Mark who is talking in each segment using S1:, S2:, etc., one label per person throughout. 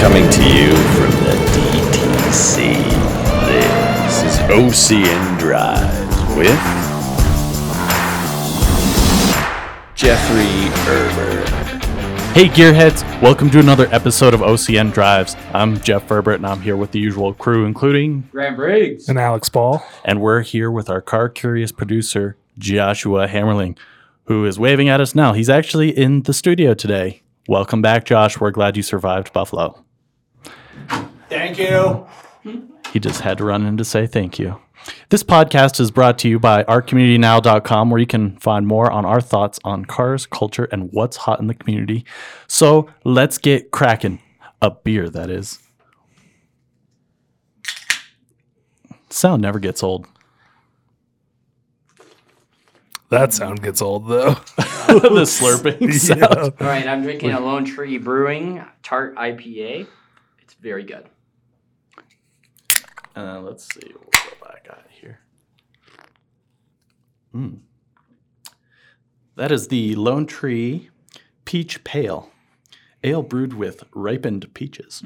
S1: Coming to you from the DTC. This is OCN Drive with Jeffrey Erber.
S2: Hey, gearheads! Welcome to another episode of OCN Drives. I'm Jeff Ferbert, and I'm here with the usual crew, including,
S3: Graham Briggs.
S4: and Alex Ball.
S2: and we're here with our car curious producer Joshua Hammerling, who is waving at us now. He's actually in the studio today. Welcome back, Josh. We're glad you survived Buffalo.
S3: Thank you.
S2: He just had to run in to say thank you. This podcast is brought to you by ourcommunitynow.com, where you can find more on our thoughts on cars, culture, and what's hot in the community. So let's get cracking. A beer, that is. Sound never gets old.
S4: That sound gets old though.
S2: the slurping sound.
S4: Yeah.
S3: All right, I'm drinking a Lone Tree Brewing Tart IPA. It's very good.
S2: Uh, let's see what I got here. Mm. That is the Lone Tree Peach Pale. Ale brewed with ripened peaches.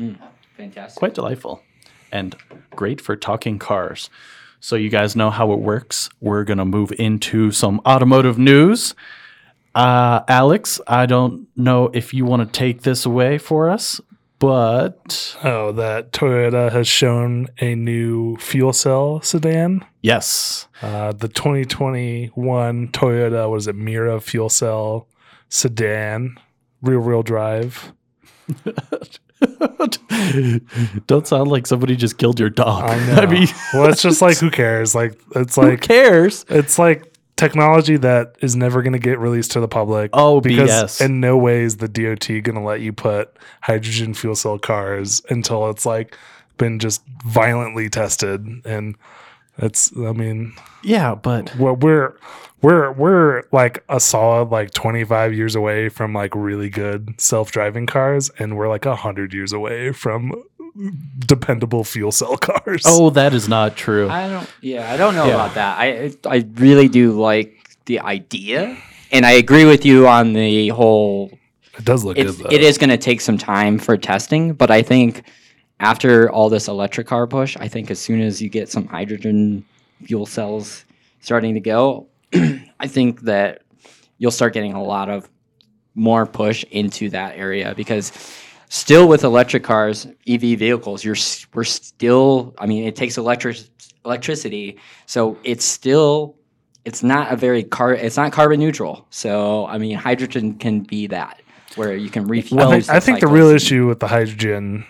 S3: Fantastic.
S2: Quite delightful and great for talking cars. So, you guys know how it works. We're going to move into some automotive news. Uh, Alex, I don't know if you want to take this away for us, but
S4: Oh, that Toyota has shown a new fuel cell sedan.
S2: yes.
S4: Uh, the 2021 Toyota, what is it, Mira fuel cell sedan, rear wheel drive.
S2: Don't sound like somebody just killed your dog.
S4: I know.
S2: mean,
S4: well, it's just like who cares? Like it's
S2: who
S4: like
S2: cares?
S4: it's like technology that is never going to get released to the public.
S2: Oh,
S4: because
S2: BS.
S4: in no way is the DOT going to let you put hydrogen fuel cell cars until it's like been just violently tested and it's I mean
S2: Yeah, but
S4: well we're we're we're like a solid like 25 years away from like really good self-driving cars and we're like 100 years away from dependable fuel cell cars.
S2: oh, that is not true.
S3: I don't. Yeah, I don't know
S2: Yeah.
S3: about that. I I really do like the idea, and I agree with you on the whole.
S4: it does look
S3: It's,
S4: good though.
S3: it is uh, going to take some time for testing, but I think after all this electric car push, I think as soon as you get some hydrogen fuel cells starting to go, I think that you'll start getting a lot of more push into that area because still with electric cars, EV vehicles, you're s- we're still I mean it takes electric electricity, so it's still it's not a very car it's not carbon neutral. So I mean hydrogen can be that where you can refuel.
S2: Well,
S4: I think, I think the real
S3: cycles.
S4: issue with the hydrogen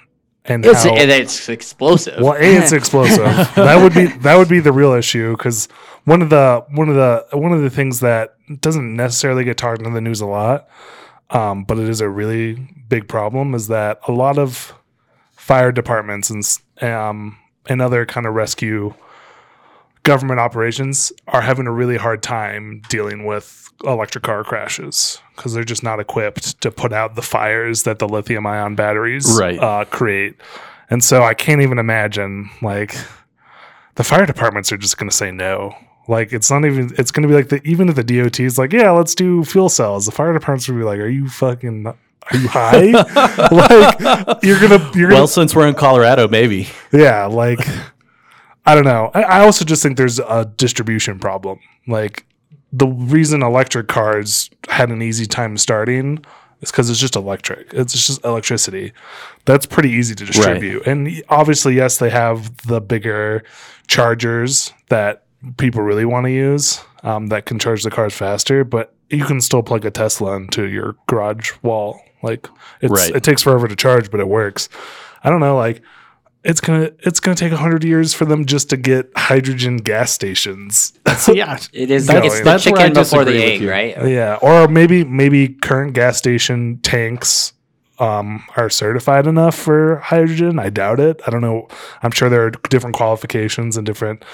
S4: and
S3: it's
S4: how,
S3: and it's explosive.
S4: well, a it's explosive. that would be that would be the real issue because one of the one of the one of the things that doesn't necessarily get talked in the news a lot, um, but it is a really big problem is that a lot of fire departments and s- um, and other kind of rescue government operations are having a really hard time dealing with electric car crashes because they're just not equipped to put out the fires that the lithium ion batteries
S2: Right.
S4: uh, create. And so I can't even imagine like the fire departments are just going to say no. Like it's not even it's going to be like the even if the DOT is like yeah let's do fuel cells the fire departments would be like are you fucking are you high like you're gonna you're gonna
S2: well, since we're in Colorado, maybe.
S4: yeah, like I don't know. I, I also just think there's a distribution problem. Like the reason electric cars had an easy time starting is because it's just electric. It's just electricity. That's pretty easy to distribute. And obviously, yes, they have the bigger chargers that people really want to use um, that can charge the cars faster. But you can still plug a Tesla into your garage wall. Like it's
S2: Right.
S4: it takes forever to charge, but it works. I don't know. Like it's gonna it's gonna take hundred years for them just to get hydrogen gas stations.
S2: yeah.
S3: It is
S4: That's-
S3: like it's the
S2: that's where I
S3: chicken before the
S2: disagree with
S3: egg,
S2: you.
S3: right?
S4: yeah, or maybe maybe current gas station tanks um, are certified enough for hydrogen. I doubt it. I don't know. I'm sure there are different qualifications and different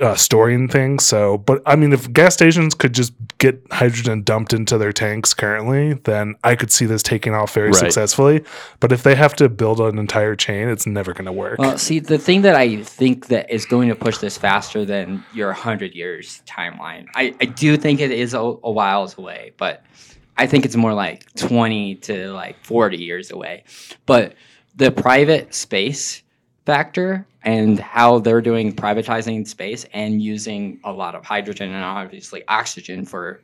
S4: uh, storing things. So, but I mean, if gas stations could just get hydrogen dumped into their tanks currently, then I could see this taking off very
S2: Right.
S4: successfully. But if they have to build an entire chain, it's never going to work.
S3: Well, see, the thing that I think that is going to push this faster than your 100 years timeline, I, I do think it is a, a whiles away, but I think it's more like 20 to like 40 years away. But the private space factor and how they're doing privatizing space and using a lot of hydrogen and obviously oxygen for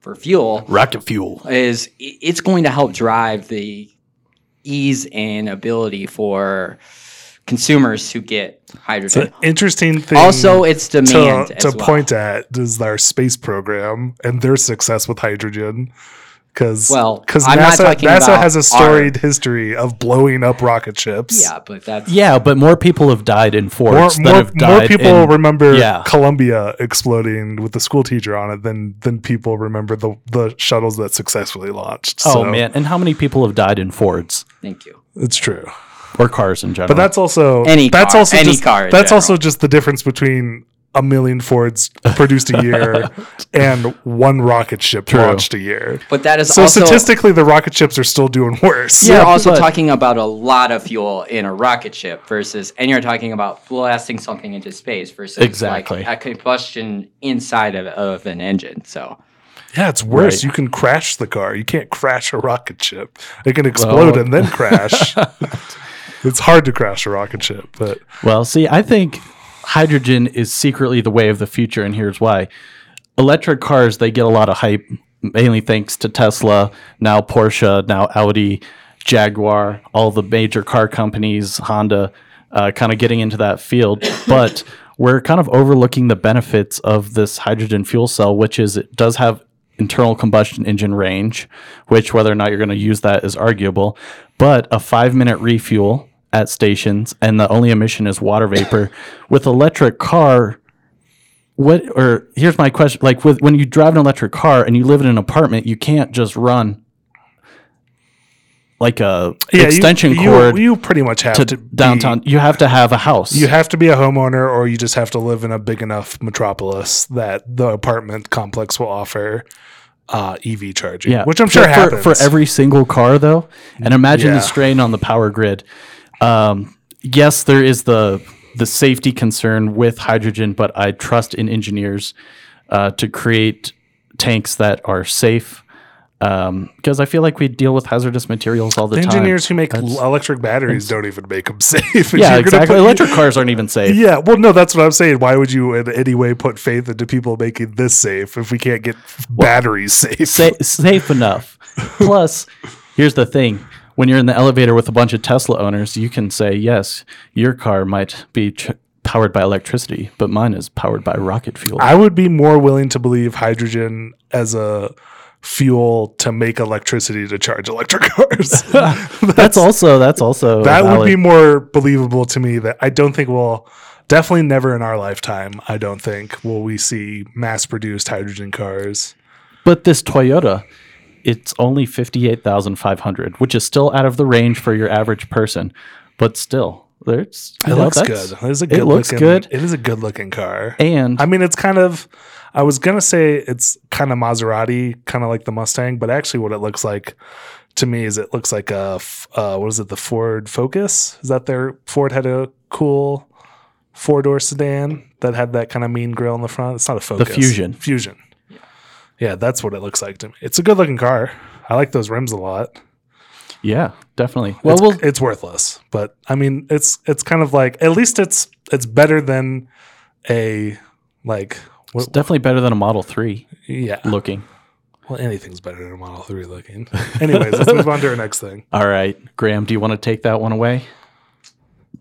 S3: for fuel
S2: Rocket fuel.
S3: is i- it's going to help drive the ease and ability for consumers to get hydrogen.
S4: It's an interesting thing.
S3: uh, also,
S2: mm,
S3: it's
S4: to,
S3: demand.
S4: to
S3: as well.
S4: point at is our space program and their success with hydrogen. Because
S3: Well, I'm not
S4: NASA,
S3: talking
S4: NASA
S3: about
S4: has
S3: our-
S4: a storied history of blowing up rocket ships.
S3: yeah, but that's
S2: Yeah, but more people have died in
S4: More,
S2: forts than
S4: more,
S2: have died
S4: more people
S2: in-
S4: remember
S2: yeah.
S4: Columbia exploding with the school teacher on it than than people remember the, the shuttles that successfully launched.
S2: Oh
S4: So,
S2: man, and how many people have died in Fords
S3: thank you.
S4: it's true.
S2: or cars in general?
S4: But that's also
S3: Any
S4: that's
S3: car-
S4: also
S3: any
S4: just,
S3: car in
S4: That's
S3: general.
S4: also just the difference between a million Fords produced a year and one rocket ship launched a year.
S3: But that is
S4: So
S3: also
S4: statistically, the rocket ships are still doing worse.
S3: You're
S2: Yeah,
S3: also
S2: but-
S3: talking about a lot of fuel in a rocket ship versus, and you're talking about blasting something into space versus
S2: Exactly.
S3: like a combustion inside of, of an engine. So
S4: Yeah, it's worse.
S2: Right.
S4: You can crash the car. You can't crash a rocket ship. It can explode
S2: Well-
S4: and then crash. it's hard to crash a rocket ship, but
S2: Well, see, I think hydrogen is secretly the way of the future, and here's why. Electric cars, they get a lot of hype, mainly thanks to Tesla, now Porsche, now Audi, Jaguar, all the major car companies, Honda, uh, kind of getting into that field. But we're kind of overlooking the benefits of this hydrogen fuel cell, which is it does have internal combustion engine range, which whether or not you're going to use that is arguable, but a five minute refuel at stations and the only emission is water vapor. with electric car, what or here's my question like with when you drive an electric car and you live in an apartment, you can't just run like a
S4: yeah, you-
S2: extension
S4: you,
S2: cord
S4: You, pretty much have
S2: to
S4: to,
S2: downtown.
S4: Be,
S2: you have to have a house.
S4: you have to be a homeowner, or you just have to live in a big enough metropolis that the apartment complex will offer uh, EV charging.
S2: Yeah,
S4: which I'm
S2: for-
S4: sure
S2: for,
S4: happens
S2: for every single car though. And imagine
S4: Yeah.
S2: the strain on the power grid. Um, yes, there is the the safety concern with hydrogen, but I trust in engineers uh, to create tanks that are safe. Because I feel like we deal with hazardous materials all the,
S4: The
S2: time.
S4: engineers who make
S2: That's-
S4: l- electric batteries don't even make them safe.
S2: yeah,
S4: You're gonna
S2: exactly.
S4: put-
S2: Electric cars aren't even safe.
S4: Yeah, well, no, that's what I'm saying. Why would you in any way put faith into people making this safe if we can't get batteries safe?
S2: sa- safe enough. Plus, here's the thing: when you're in the elevator with a bunch of Tesla owners, you can say, "Yes, your car might be ch- powered by electricity, but mine is powered by rocket fuel."
S4: I would be more willing to believe hydrogen as a fuel to make electricity to charge electric cars.
S2: that's also that's also
S4: that would
S2: valid.
S4: be more believable to me that I don't think we'll definitely never in our lifetime, I don't think, will we see mass produced hydrogen cars.
S2: But this Toyota, it's only fifty-eight thousand five hundred, which is still out of the range for your average person, but still, there's you
S4: It
S2: know,
S4: looks
S2: that's-
S4: good. It, is a
S2: it
S4: good
S2: looks
S4: looking,
S2: good.
S4: It is a good looking car.
S2: And
S4: I mean, it's kind of. I was gonna say it's kind of Maserati, kind of like the Mustang, but actually, what it looks like to me is it looks like a f- uh, what is it? The Ford Focus is that their Ford had a cool four door sedan that had that kind of mean grill in the front. It's not a Focus.
S2: Fusion.
S4: Fusion. Yeah, that's what it looks like to me. It's a good looking car. I like those rims a lot.
S2: yeah, definitely. Well,
S4: it's,
S2: we'll
S4: it's worthless, but I mean, it's it's kind of like at least it's it's better than a like
S2: it's
S4: what,
S2: definitely better than a Model Three
S4: yeah.
S2: looking.
S4: Well, anything's better than a Model 3 looking. Anyways, let's move on to our next thing.
S2: All right, Graham, do you want to take that one away?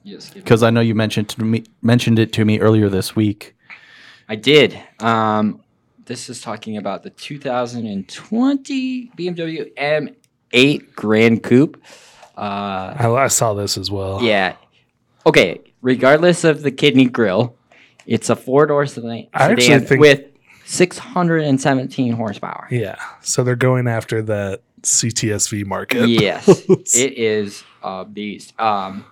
S3: yes, give me-
S2: because I know you mentioned to me mentioned it to me earlier this week.
S3: I did. Um, this is talking about the 2020 BMW M8 Grand Coupe. Uh,
S4: I, I saw this as well.
S3: yeah. Okay. Regardless of the kidney grill, it's a four door sedan,
S4: I actually
S3: sedan
S4: think-
S3: with 617 horsepower.
S4: Yeah. So they're going after that CTSV market.
S3: Yes, it is a beast. Um,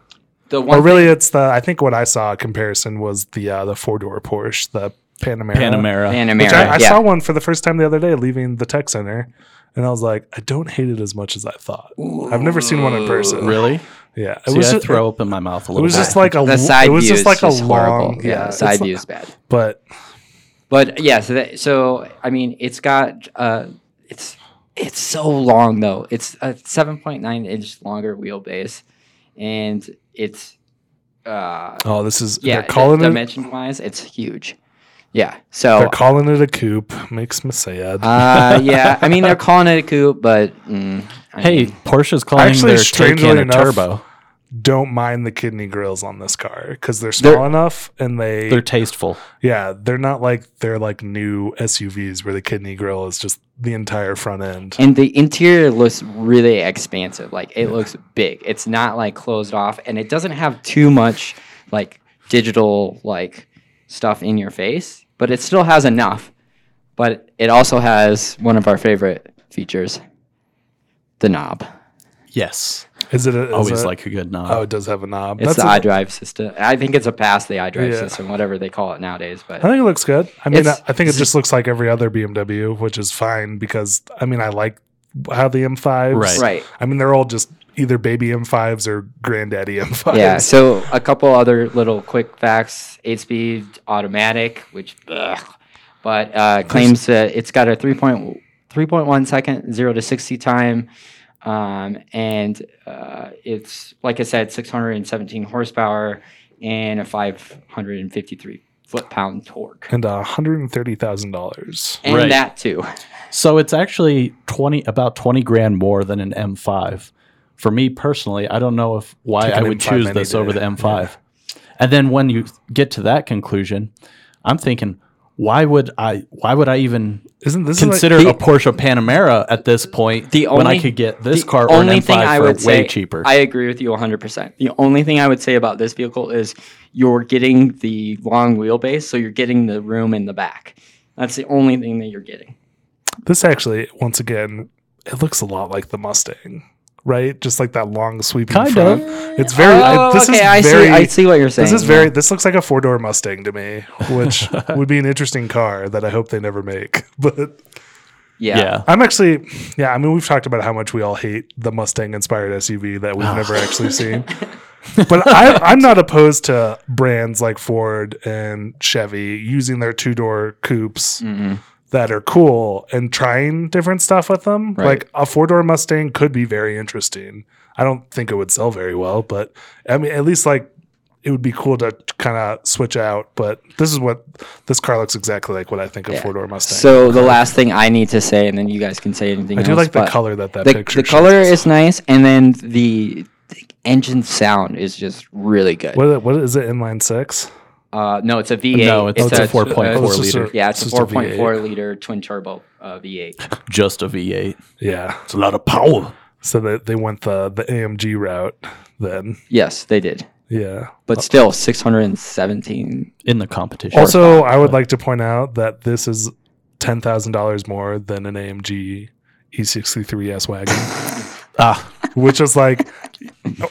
S3: the one
S4: Or Oh, really, it's the, I think what I saw a comparison was the uh, the four door Porsche, the Panamera.
S2: Panamera.
S3: thing,
S4: Which I, I
S3: yeah.
S4: saw one for the first time the other day leaving the tech center. And I was like, I don't hate it as much as I thought. I've never seen one in person.
S2: Really?
S4: Yeah. It
S2: See,
S4: was
S2: I
S4: just,
S2: throw open my mouth a
S4: it
S2: little.
S4: was
S2: bit.
S4: just like a
S3: the side
S4: it was
S3: view
S4: just
S3: is
S4: like
S3: just
S4: a
S3: horrible.
S4: long
S3: yeah, the side
S4: it's-
S3: view is bad.
S4: But
S3: But yeah, so that, so I mean, it's got uh, it's it's so long though. It's a 7.9 inch longer wheelbase, and it's uh,
S4: Oh, this is
S3: yeah,
S4: they're calling it
S3: dimension wise, it's huge. Yeah, so
S2: Oh.
S4: they're calling it a coupe. Makes me sad.
S3: uh, yeah, I mean they're calling it a coupe, but mm, I
S2: Hey,
S3: mean,
S2: Porsche's calling
S4: Actually,
S2: their
S4: strangely
S2: Taycan a
S4: enough,
S2: turbo.
S4: Don't mind the kidney grills on this car because they're small
S3: They're-
S4: enough and they
S2: They're tasteful.
S4: yeah they're not like they're like new SUVs where the kidney grill is just the entire front end.
S3: and the interior looks really expansive. Like it looks big. It's not like closed off, and it doesn't have too much like digital like stuff in your face, but it still has enough. But it also has one of our favorite features, the knob.
S2: Yes,
S4: Is it a, is
S2: always
S4: it-
S2: like a good knob.
S4: oh it does have a knob.
S3: It's the
S4: a-
S3: iDrive system. I think it's a past the iDrive
S4: Yeah.
S3: system, whatever they call it nowadays. But
S4: I think it looks good. I mean,
S3: It's-
S4: I think it just looks like every other BMW, which is fine because I mean, I like how the M5s.
S2: Right.
S3: right,
S4: I mean, they're all just either baby M5s or granddaddy M5s.
S3: yeah. So a couple other little quick facts: eight-speed automatic, which, ugh, but uh, claims that it's got a 3.1 3.1 second zero to sixty time, um, and uh, it's like I said, six hundred and seventeen horsepower and a five hundred and fifty-three foot-pound torque,
S4: And uh, $130,000.
S3: and
S2: Right.
S3: that too.
S2: So it's actually twenty, about twenty grand more than an M5. For me personally, I don't know if why
S4: Take
S2: I
S4: an
S2: would
S4: M5
S2: choose
S4: any
S2: this
S4: day.
S2: over the M5. And then when you get to that conclusion, I'm thinking, why would I? Why would I even
S4: Isn't this is
S2: consider
S4: like,
S2: a Porsche Panamera at this point?
S3: The
S2: when I
S3: only-
S2: could get this
S3: the
S2: car or an
S3: only
S2: M5
S3: thing I
S2: for
S3: would
S2: way
S3: say-
S2: cheaper.
S3: I agree with you 100%. The only thing I would say about this vehicle is you're getting the long wheelbase, so you're getting the room in the back. That's the only thing that you're getting.
S4: this actually, once again, it looks a lot like the Mustang, right? Just like that long sweeping
S2: Kind
S4: front. It's very, I- this is
S3: Oh, I
S4: very,
S3: see. I see what you're saying.
S4: this is very, this looks like a four door Mustang to me, which would be an interesting car that I hope they never make. But
S2: yeah.
S3: yeah. yeah.
S4: I'm actually, yeah. I mean, we've talked about how much we all hate the Mustang inspired SUV that
S3: Oh.
S4: we've never actually seen. But I, I'm not opposed to brands like Ford and Chevy using their two door coupes
S3: Mm-hmm.
S4: that are cool and trying different stuff with them.
S3: Right.
S4: Like a four door Mustang could be very interesting. I don't think it would sell very well, but I mean, at least like it would be cool to kind of switch out. But this is what this car looks exactly like what I think of
S3: Yeah.
S4: four door Mustang.
S3: So the last thing I need to say, and then you guys can say anything.
S4: I do
S3: else,
S4: like the
S3: but
S4: color that that
S3: The,
S4: picture.
S3: the color
S4: shows.
S3: is nice, and then the, the engine sound is just really good.
S4: What, what is it? Inline six.
S3: Uh, no, it's a V8.
S2: No, Oh, it's a
S4: it's-
S2: 4.4
S4: it's just a-
S2: liter,
S3: Yeah, it's,
S4: It's
S3: a
S4: just a
S3: 4.4 liter twin turbo uh, V8.
S2: just a V8.
S4: Yeah.
S2: It's a lot of power.
S4: So that they went the the AMG route then.
S3: yes, they did.
S4: Yeah.
S3: But still, 617.
S2: in the competition.
S4: Also, I would like to point out that this is ten thousand dollars more than an AMG E63 E S wagon,
S2: ah,
S4: which is like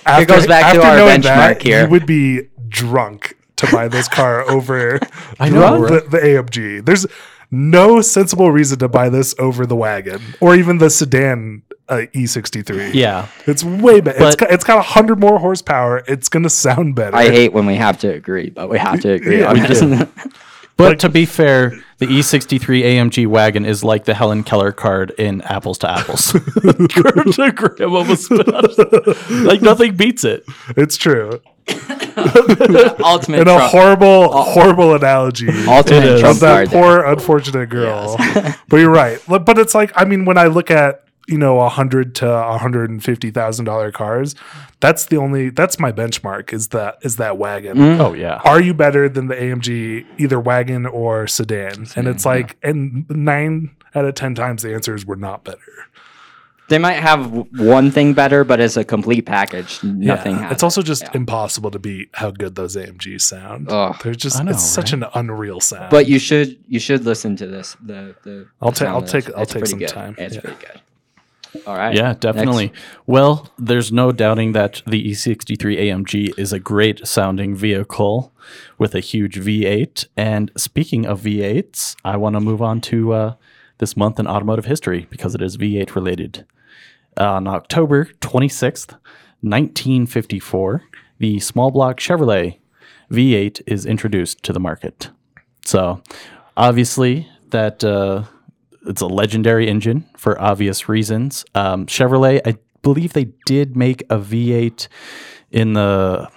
S4: after,
S3: goes back
S4: after
S3: to our
S4: knowing
S3: benchmark
S4: that,
S3: here.
S4: You would be drunk to buy this car over
S2: I know,
S4: the, the AMG. There's no sensible reason to buy this over the wagon or even the sedan uh, E63.
S2: yeah.
S4: It's way better. It's
S2: But-
S4: got, it's got 100 more horsepower. It's going to sound better.
S3: I hate when we have to agree, but we have to agree.
S4: Yeah, we
S3: on this.
S2: But to be fair, the E E63 AMG wagon is like the Helen Keller card in apples to apples. Curve to grim of a spin. Like nothing beats it.
S4: It's true.
S3: ultimate
S4: And a
S3: trump,
S4: horrible, horrible analogy
S2: It
S3: ultimate
S2: is.
S4: of
S3: trump
S4: that
S3: card. there.
S4: poor, unfortunate girl. but you're right. Look, But it's like, I mean, when I look at, you know, a hundred to a hundred and fifty thousand dollar cars. That's the only. That's my benchmark. Is that is that wagon?
S3: Mm.
S2: Oh yeah.
S4: Are you better than the AMG either wagon or sedan? And it's like, and nine out of ten times the answer is we're not better.
S3: They might have w- one thing better, but as a complete package, nothing happens.
S4: It's also just impossible to beat how good those AMGs sound.
S3: Ugh.
S4: They're just
S2: I know,
S4: it's such an unreal sound.
S3: but you should you should listen to this. The the
S4: I'll ta-
S3: sound
S4: I'll
S3: of this.
S4: take- I'll
S3: It's
S4: take
S3: pretty
S4: some
S3: good.
S4: time.
S3: It's
S4: Yeah.
S3: pretty good. All right.
S2: Yeah,
S3: Next.
S2: definitely. Well, there's no doubting that the E63 AMG is a great sounding vehicle with a huge V8. And speaking of V8s, I want to move on to uh, this month in automotive history because it is V8 related. Uh, On October 26th, 1954, the small block Chevrolet V8 is introduced to the market. So, obviously, that uh, it's a legendary engine for obvious reasons. Um, Chevrolet, I believe they did make a V8 in the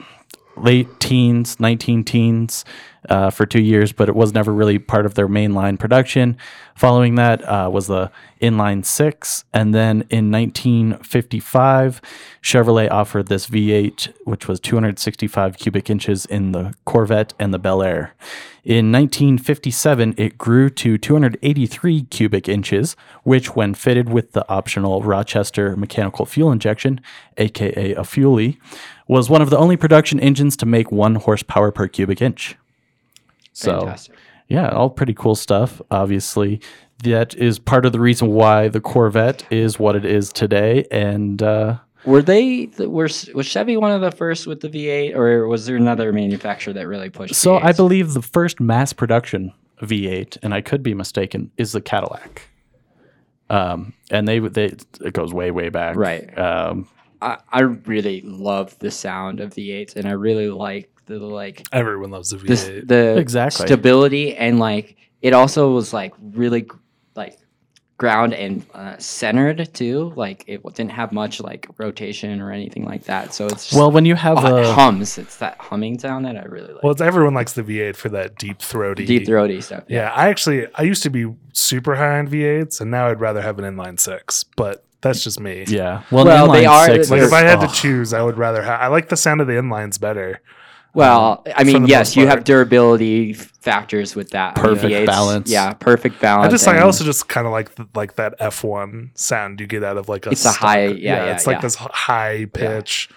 S2: late teens, 19 teens uh, for two years, but it was never really part of their mainline production. Following that uh, was the inline six. And then in 1955, Chevrolet offered this V8, which was 265 cubic inches in the Corvette and the Bel Air. In 1957, it grew to 283 cubic inches, which, when fitted with the optional Rochester mechanical fuel injection, aka a Fuelie, was one of the only production engines to make one horsepower per cubic inch. So,
S3: Fantastic.
S2: yeah, all pretty cool stuff. Obviously, that is part of the reason why the Corvette is what it is today. And uh,
S3: Were they th- were s- was Chevy one of the first with the V8, or was there another manufacturer that really pushed?
S2: so, I
S3: V8s?
S2: believe the first mass production V8, and I could be mistaken, is the Cadillac. Um, and they they it goes way way back,
S3: Right.
S2: Um,
S3: I, I really love the sound of V8s, and I really like the like
S4: Everyone loves the V8.
S3: this the
S2: Exactly.
S3: stability and like it also was like really gr- like ground and uh, centered too. Like it didn't have much like rotation or anything like that. So it's just
S2: well, when you have
S3: uh,
S2: a
S3: hums. It's that humming sound that I really like.
S4: well, it's, everyone likes the V8 for that deep throaty.
S3: Deep throaty stuff.
S4: Yeah, I actually I used to be super high on V8s, and now I'd rather have an inline six. But that's just me.
S2: yeah, well,
S3: Well,
S2: an
S3: they
S2: inline
S3: are-
S2: six
S4: Like
S2: is-
S4: if I had
S2: oh.
S4: to choose, I would rather. Ha- I like the sound of the inlines better.
S3: Well, I
S4: for
S3: mean,
S4: the
S3: yes,
S4: most
S3: you
S4: part.
S3: have durability f- factors with that. I mean,
S2: Perfect
S3: V8s,
S2: balance.
S3: Yeah, perfect balance.
S4: I just like I
S3: and-
S4: also just kind of like the, like that F one sound you get out of like a
S3: It's a
S4: stock-
S3: high- yeah, yeah,
S4: it's like
S3: yeah.
S4: this h- high pitch.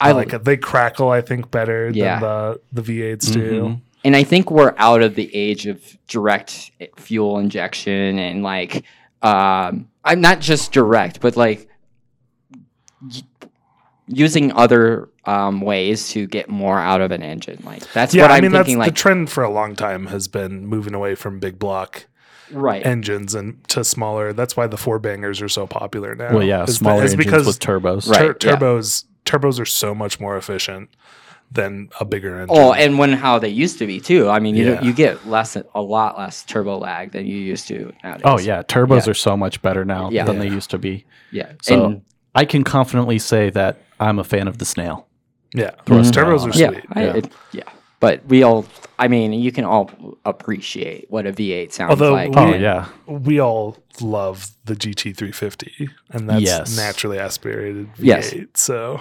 S3: I
S4: I like it. They crackle, I think, better
S3: Yeah. Mm-hmm.
S4: than the the V8s do.
S2: Mhm.
S3: and I think we're out of the age of direct fuel injection and like um I'm not just direct, but like y- using other um, ways to get more out of an engine. Like that's
S4: Yeah,
S3: what
S4: I
S3: I'm
S4: mean that's
S3: thinking.
S4: the
S3: Like
S4: trend for a long time has been moving away from big block
S3: right,
S4: engines and to smaller. That's why the four bangers are so popular now.
S2: Well, yeah,
S4: is be-
S2: smaller
S4: is
S2: engines
S4: because
S2: with turbos.
S3: Right.
S4: tur-
S3: yeah.
S4: turbos turbos are so much more efficient than a bigger engine.
S3: Oh, and when how they used to be too. I mean, you
S4: Yeah.
S3: you get less a lot less turbo lag than you used to nowadays.
S2: Oh yeah, turbos
S3: Yeah.
S2: are so much better now
S3: Yeah.
S2: than they used to be.
S3: yeah.
S2: So
S3: and
S2: I can confidently say that I'm a fan of the snail.
S4: yeah,
S2: Mhm.
S4: turbos are
S3: yeah,
S4: sweet.
S3: I,
S2: yeah.
S3: It, yeah. But we all, I mean, you can all appreciate what a V8 sounds
S4: Although
S3: like.
S4: we-
S2: Oh
S4: Yeah.
S2: yeah,
S4: we all love the GT350, and that's
S2: Yes.
S4: naturally aspirated V8.
S3: Yes.
S4: So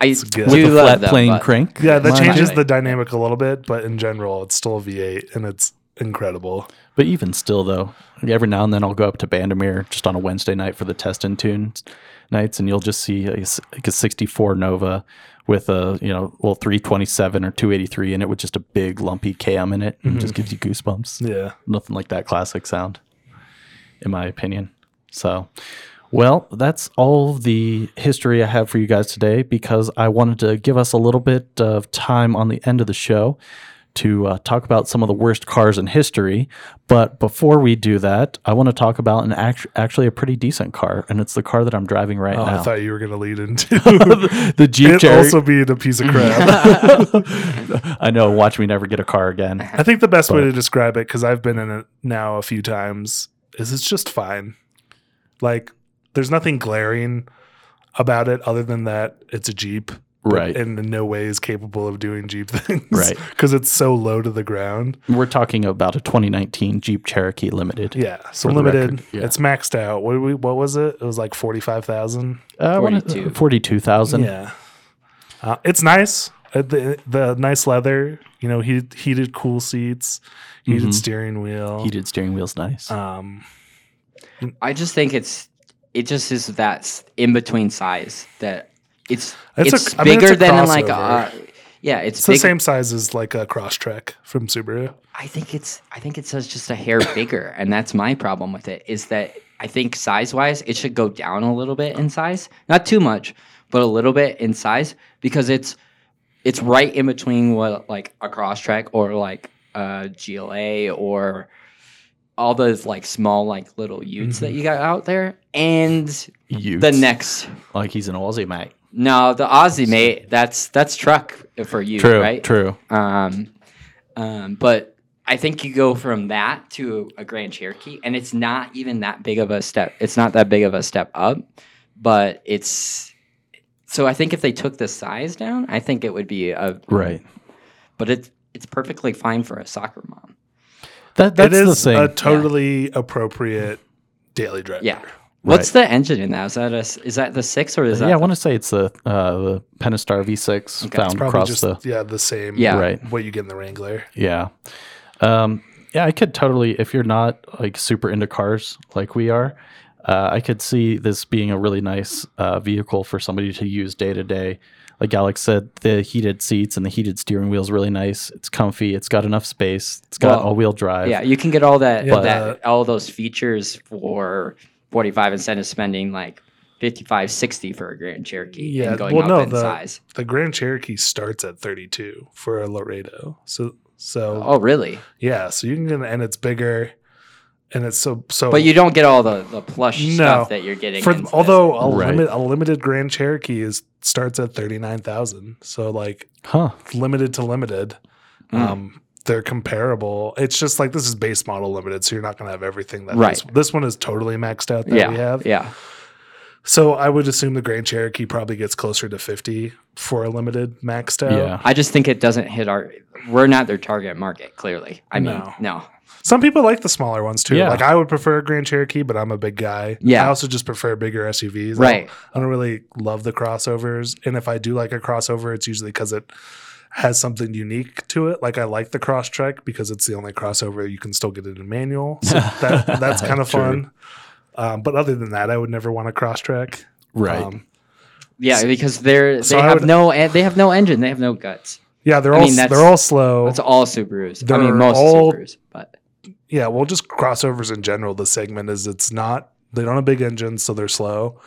S3: I
S4: good.
S3: do
S4: With
S2: the
S3: love
S2: flat
S3: them,
S2: plane
S3: but-
S2: crank.
S4: yeah, that
S2: My-
S4: changes
S3: my-
S4: the dynamic a little bit, but in general, it's still a V8, and it's incredible.
S2: But even still, though, every now and then I'll go up to Bandamere just on a Wednesday night for the test and tune nights, and you'll just see a, s- like a 64 Nova with a you know well 327 or 283 in it with just a big lumpy cam in it, and it
S3: Mm-hmm.
S2: just gives you goosebumps.
S4: Yeah,
S2: nothing like that classic sound, in my opinion. So, well, that's all the history I have for you guys today because I wanted to give us a little bit of time on the end of the show to uh, talk about some of the worst cars in history. But before we do that, I want to talk about an act- actually a pretty decent car, and it's the car that I'm driving right
S4: oh, I
S2: now.
S4: thought you were going to lead into
S2: the, the Jeep
S4: it
S2: Cherokee.
S4: also being a piece of crap.
S2: I know. Watch me never get a car again.
S4: I think the best way to describe it, because I've been in it now a few times, is it's just fine. Like, there's nothing glaring about it other than that it's a Jeep.
S2: Right.
S4: and in no way is capable of doing Jeep things.
S2: Right.
S4: Because it's so low to the ground.
S2: We're talking about a 2019 Jeep Cherokee Limited.
S4: Yeah. So
S2: For the
S4: limited.
S2: record, yeah.
S4: It's maxed out. What, we, what was it? It was like 45,000.
S2: Uh,
S3: 42.
S2: 42,000.
S4: Yeah. Uh, it's nice. Uh, The, the nice leather, you know, heated, heated cool seats, heated
S2: Mhm.
S4: steering wheel.
S2: Heated steering wheel's nice.
S4: Um,
S3: I just think it's, it just is that in between size that it's,
S4: It's
S3: it's,
S4: a- I mean,
S3: bigger
S4: it's a
S3: than like a,
S4: crossover.
S3: uh, yeah, it's,
S4: it's
S3: big,
S4: the same size as like a Crosstrek from Subaru.
S3: I think it's, I think it says just a hair bigger. And that's my problem with it is that I think size wise, it should go down a little bit in size, not too much, but a little bit in size because it's, it's right in between what like a cross track or like a GLA or all those like small like little utes that you got out there and
S2: Mm-hmm. Utes.
S3: the next
S2: Like he's an Aussie, mate.
S3: no the Aussie mate that's that's truck for you
S2: True,
S3: right
S2: true.
S3: um um but I think you go from that to a Grand Cherokee and it's not even that big of a step it's not that big of a step up but it's So I think if they took the size down, I think it would be a
S2: Right.
S3: but it's it's perfectly fine for a soccer mom.
S2: That that's
S4: it is
S2: the thing.
S4: a totally appropriate daily driver.
S3: Yeah. What's the engine in that? Is that a s is that the six or is that
S2: yeah, I want to say it's the uh, the Pentastar V6 found
S4: Probably
S2: across
S4: just
S2: the
S4: yeah, the same
S3: Yeah.
S2: right.
S4: what you get in the Wrangler.
S2: Yeah. Um, yeah, I could totally, if you're not like super into cars like we are, uh, I could see this being a really nice uh, vehicle for somebody to use day to day. Like Alex said, the heated seats and the heated steering wheel is really nice. It's comfy. It's got enough space. It's got
S3: Well,
S2: all wheel drive.
S3: yeah, you can get all that,
S4: Yeah,
S3: that all those features for 45 instead of spending like 55 60 for a Grand Cherokee
S4: Yeah,
S3: and going
S4: well,
S3: up
S4: no,
S3: in
S4: the-
S3: size.
S4: The Grand Cherokee starts at 32 for a Laredo. So so
S3: Oh, really?
S4: yeah, so you can get and it's bigger and it's so so
S3: But you don't get all the, the plush
S4: Oh. No.
S3: stuff that you're getting.
S4: for,
S3: into this.
S4: although a
S2: Right.
S4: limit a limited Grand Cherokee is starts at 39,000. So like
S2: Huh.
S4: limited to limited.
S3: Mm.
S4: Um, they're comparable. It's just like this is base model limited, so you're not going to have everything that
S3: Right.
S4: this, this one is totally maxed out that
S3: yeah,
S4: we have.
S3: yeah,
S4: So I would assume the Grand Cherokee probably gets closer to 50 for a limited maxed out.
S2: Yeah.
S3: I just think it doesn't hit our. We're not their target market. Clearly, I mean,
S4: No.
S3: no.
S4: Some people like the smaller ones too.
S2: Yeah.
S4: Like I would prefer a Grand Cherokee, but I'm a big guy.
S3: Yeah.
S4: I also just prefer bigger SUVs. I
S3: right?
S4: don't, I don't really love the crossovers, and if I do like a crossover, it's usually because it has something unique to it. Like I like the Crosstrek because it's the only crossover you can still get it in manual. So that, that's kind of
S2: True.
S4: fun. Um, but other than that, I would never want a Crosstrek.
S2: Right.
S4: Um,
S3: Yeah, because they're
S4: So
S3: they
S4: I
S3: have
S4: would-
S3: no eh, they have no engine. They have no guts.
S4: yeah, they're
S3: I
S4: all
S3: mean, that's-
S4: they're all slow.
S3: That's all Subarus. I
S4: They're
S3: mean, most
S4: all-
S3: Subarus, but
S4: yeah, well, just crossovers in general. The segment is it's not they don't have big engines, so they're slow.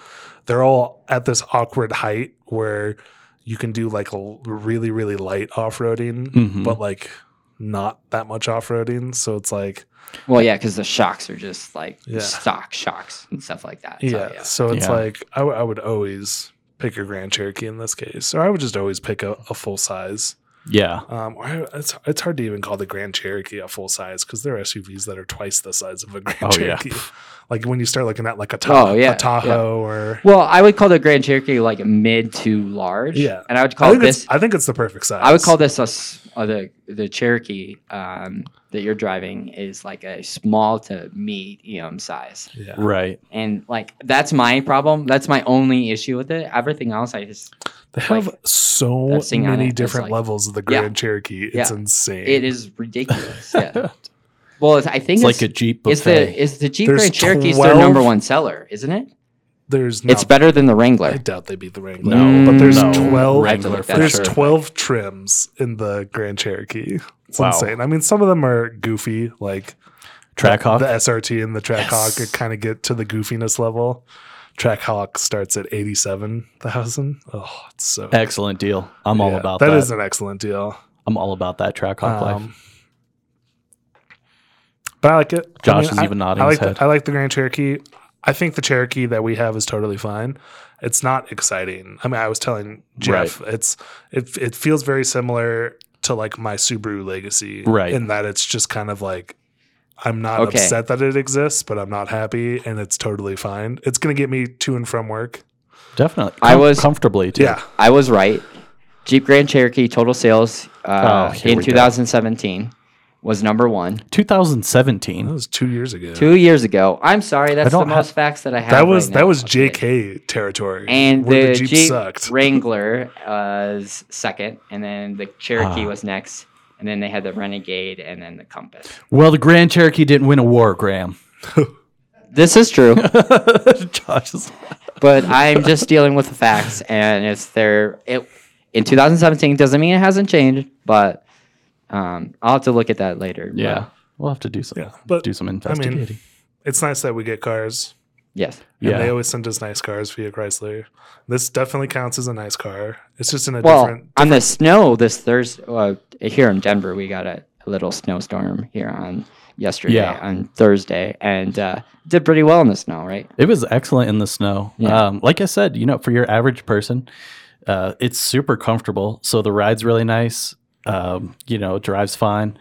S4: They're all at this awkward height where you can do like l- really really light off roading,
S2: Mhm.
S4: but like not that much off roading. So it's like
S3: well, yeah, because the shocks are just like
S4: Yeah.
S3: stock shocks and stuff like that. So,
S4: yeah, so it's
S2: Yeah.
S4: like I, w- I would always pick a Grand Cherokee in this case, or I would just always pick a, a full size.
S2: yeah.
S4: Um, or I- it's it's hard to even call the Grand Cherokee a full size because there are SUVs that are twice the size of a Grand
S2: Oh, yeah.
S4: Cherokee. Like when you start looking at like a, ta-
S3: Oh, yeah,
S4: a Tahoe
S3: yeah.
S4: or
S3: Well, I would call the Grand Cherokee like mid to large.
S4: Yeah.
S3: and I would
S4: I
S3: call
S4: think,
S3: this.
S4: it's, I think it's the perfect size.
S3: I would call this a s- uh, the the Cherokee um, that you're driving is like a small to medium size,
S4: yeah.
S2: Right.
S3: and like that's my problem. That's my only issue with it. Everything else, I just
S4: They have
S3: like,
S4: so
S3: that thing on it
S4: many
S3: is
S4: different
S3: like-
S4: levels of the
S3: Yeah.
S4: Grand Cherokee. It's
S3: Yeah.
S4: insane.
S3: it is ridiculous. Yeah. well, it's, I think
S2: It's
S3: it's,
S2: like a Jeep
S3: is the
S2: buffet.
S3: is the Jeep
S4: There's
S3: Grand Cherokee is their
S4: 12?
S3: number one seller, isn't it?
S4: There's no,
S3: It's better than the
S4: I
S3: Wrangler.
S4: doubt they beat the Wrangler.
S2: No,
S4: Mm, but there's
S2: no.
S4: 12
S3: I have to look that
S4: There's
S3: up.
S4: 12 trims in the Grand Cherokee. It's
S2: Wow.
S4: insane. I mean, some of them are goofy, like
S2: Trackhawk.
S4: the SRT and the Trackhawk
S2: Yes.
S4: kind of get to the goofiness level. Trackhawk starts at 87,000. Oh, it's so
S2: Excellent deal. I'm all
S4: Yeah,
S2: about that.
S4: That is an excellent deal.
S2: I'm all about that Trackhawk life.
S4: Um, but I like it. I
S2: Josh
S4: mean,
S2: is
S4: I-
S2: even nodding
S4: I
S2: his
S4: like
S2: head.
S4: the, I like the Grand Cherokee. I think the Cherokee that we have is totally fine. It's not exciting. I mean, I was telling Jeff, it's it it feels very similar to like my Subaru Legacy,
S2: Right.
S4: In that it's just kind of like I'm not
S3: Okay.
S4: upset that it exists, but I'm not happy, and it's totally fine. It's gonna get me to and from work.
S2: Definitely.
S3: I was-
S2: comfortably too.
S4: Yeah,
S3: I was right. Jeep Grand Cherokee total sales uh,
S2: Oh, here
S3: in
S2: we go.
S3: 2017 was number one.
S2: 2017.
S4: that was two years ago.
S3: Two years ago. I'm sorry, that's the
S2: don't have-
S3: most facts that I have.
S4: that was
S3: right
S4: that
S3: now.
S4: was
S3: Okay.
S4: JK territory,
S3: And
S4: where
S3: the,
S4: Jeep,
S3: Jeep
S4: sucked.
S3: Wrangler was second, and then the Cherokee
S2: Ah.
S3: was next, and then they had the Renegade, and then the Compass.
S2: Well, the Grand Cherokee didn't win a war, Graham.
S3: This is true,
S2: Josh is
S3: but I'm just dealing with the facts, and it's there. It in 2017 doesn't mean it hasn't changed, but um, I'll have to look at that later. but
S2: Yeah, we'll have to do some
S4: Yeah, but,
S2: do some
S4: I mean,
S2: investigating.
S4: it's nice that we get cars.
S3: yes.
S4: And
S2: yeah,
S4: they always send us nice cars via Chrysler. This definitely counts as a nice car. It's just in a
S3: Well,
S4: different.
S3: on the snow this Thursday, uh, here in Denver, we got a, a little snowstorm here on yesterday,
S2: Yeah.
S3: on Thursday, and uh, did pretty well in the snow, right?
S2: it was excellent in the snow.
S3: Yeah.
S2: Um, like I said, you know, for your average person, uh, it's super comfortable. So the ride's really nice. Um, you know, it drives fine.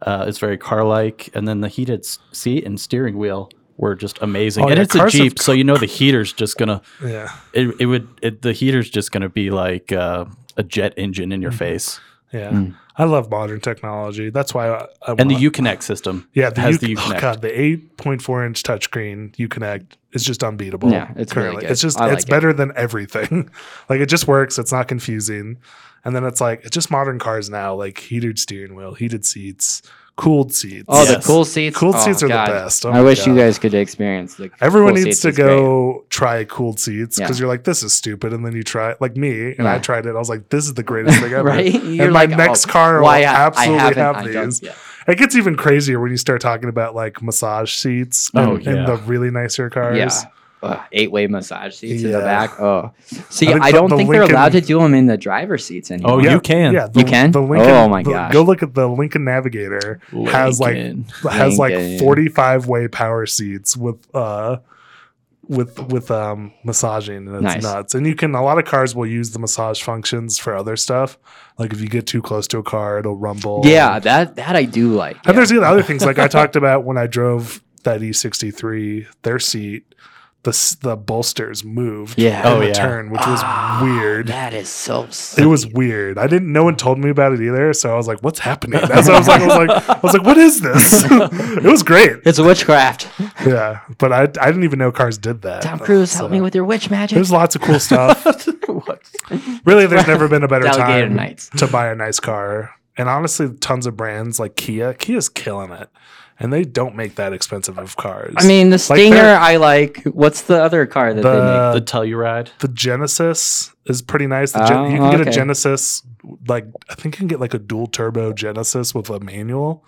S2: Uh, it's very car-like, and then the heated s- seat and steering wheel were just amazing.
S4: Oh,
S2: and
S4: yeah,
S2: it's a
S4: cars have
S2: Jeep, so you know the heater's just gonna
S4: Yeah.
S2: it, it would it, the heater's just gonna be like uh, a jet engine in your
S4: Mm-hmm.
S2: face.
S4: Yeah.
S3: Mm.
S4: I love modern technology. That's why I, I
S2: And the
S4: want-
S2: U Connect system.
S4: yeah, the
S2: has
S4: U,
S2: the Uconnect.
S4: Oh God, the 8.4 inch touchscreen Uconnect is just unbeatable.
S3: Yeah, it's really good.
S4: It's just
S3: I
S4: it's
S3: like it.
S4: better than everything. like it just works. It's not confusing. And then it's like it's just modern cars now, like heated steering wheel, heated seats, cooled seats.
S3: Oh,
S2: Yes.
S3: the cool seats.
S4: Cooled
S3: Oh,
S4: seats are
S3: God.
S4: the best. Oh
S3: I
S4: my
S3: wish you
S4: God.
S3: guys could experience the.
S4: Everyone
S3: cool
S4: needs
S3: seats
S4: to
S3: is great.
S4: go try cooled seats because
S3: Yeah.
S4: you're like, this is stupid. And then you try, like me, and I
S3: Yeah.
S4: tried it. I was like, this is the greatest thing ever.
S3: right? "Oh,
S4: and my next car will
S3: why I- I
S4: absolutely
S3: haven't- I
S4: have
S3: don't-
S4: these.
S3: yeah.
S4: It gets even crazier when you start talking about like massage seats
S2: Oh,
S4: and,
S2: yeah.
S4: and the really nicer cars.
S3: Yeah. Ugh, eight-way massage seats in the
S4: Yeah.
S3: back. Oh, see,
S4: I
S3: I,
S4: think the-
S3: don't
S4: the
S3: think they're
S4: Lincoln-
S3: allowed to do them in the driver's seats anymore.
S2: Oh,
S4: Yeah,
S2: you can.
S4: Yeah, the,
S3: You can?
S4: The Lincoln,
S3: Oh, my
S4: the-
S3: gosh.
S4: Go look at the Lincoln Navigator. Has like
S2: Lincoln.
S4: has like
S3: Lincoln.
S4: 45 way power seats with uh with with um massaging and it's
S3: Nice.
S4: nuts. And you can a lot of cars will use the massage functions for other stuff. Like if you get too close to a car, it'll rumble.
S3: yeah, that that I do like.
S4: And
S3: yeah.
S4: there's even other things like I talked about when I drove that E63, their seat, the s- the bolsters moved
S3: Yeah.
S4: in
S2: Oh,
S4: the
S2: yeah.
S4: turn, which was
S3: Ah,
S4: weird.
S3: That is so.
S4: It
S3: Sick.
S4: was weird. I didn't. No one told me about it either. So I was like, "What's happening?" That's what I was like. I was like, "I was like, what is this?" it was great.
S3: It's witchcraft.
S4: Yeah, but I, I didn't even know cars did that.
S3: Tom Cruise, help
S4: So,
S3: me with your witch magic.
S4: There's lots of cool stuff.
S2: What?
S4: really, there's never been a better
S3: Delegated
S4: time
S3: Knights.
S4: to buy a nice car. And honestly, tons of brands like Kia. Kia's killing it, and they don't make that expensive of cars.
S3: I mean, the
S4: Like, they're-
S3: Stinger I like. What's the other car that they
S2: The
S4: the
S2: Telluride.
S4: the Genesis is pretty nice. The
S3: Oh,
S4: Gen- you can get
S3: okay.
S4: a Genesis, like I think you can get like a dual turbo Genesis with a manual,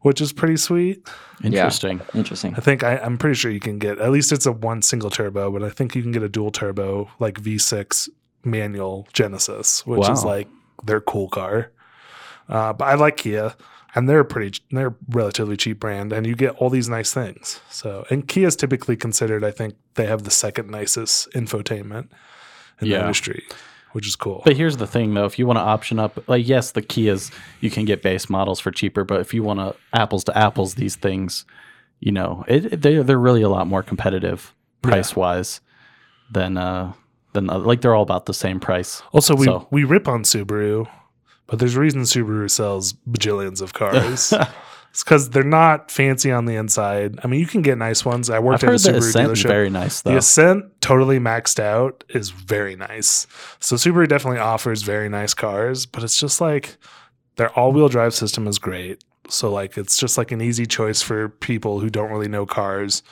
S4: which is pretty sweet.
S2: Interesting.
S3: make? Interesting.
S4: I think I, I'm pretty sure you can get at least it's a one single turbo, but I think you can get a dual turbo like V6 manual Genesis, which is
S2: Wow.
S4: like their cool car. Uh, but I like Kia, and they're a pretty ch- they're a relatively cheap brand, and you get all these nice things. So and Kia's typically considered, I think they have the second nicest infotainment in the
S2: Yeah.
S4: industry, which is cool.
S2: But here's the thing, though. If you want to option up, like, yes, the Kias, you can get base models for cheaper. But if you want to apples to apples, these things, you know, it, it- they, they're really a lot more competitive price wise than, uh, than, uh, like, they're all about the same price.
S4: Also, we
S2: So-
S4: we rip on Subaru, but there's a reason Subaru sells bajillions of cars. it's because they're not fancy on the inside. I mean, you can get nice ones. I
S2: I've
S4: worked at a
S2: heard the
S4: Subaru
S2: Ascent is
S4: dealership.
S2: very nice, though.
S4: the Ascent, totally maxed out, is very nice. So Subaru definitely offers very nice cars, but it's just like their all-wheel drive system is great. So like it's just like an easy choice for people who don't really know cars.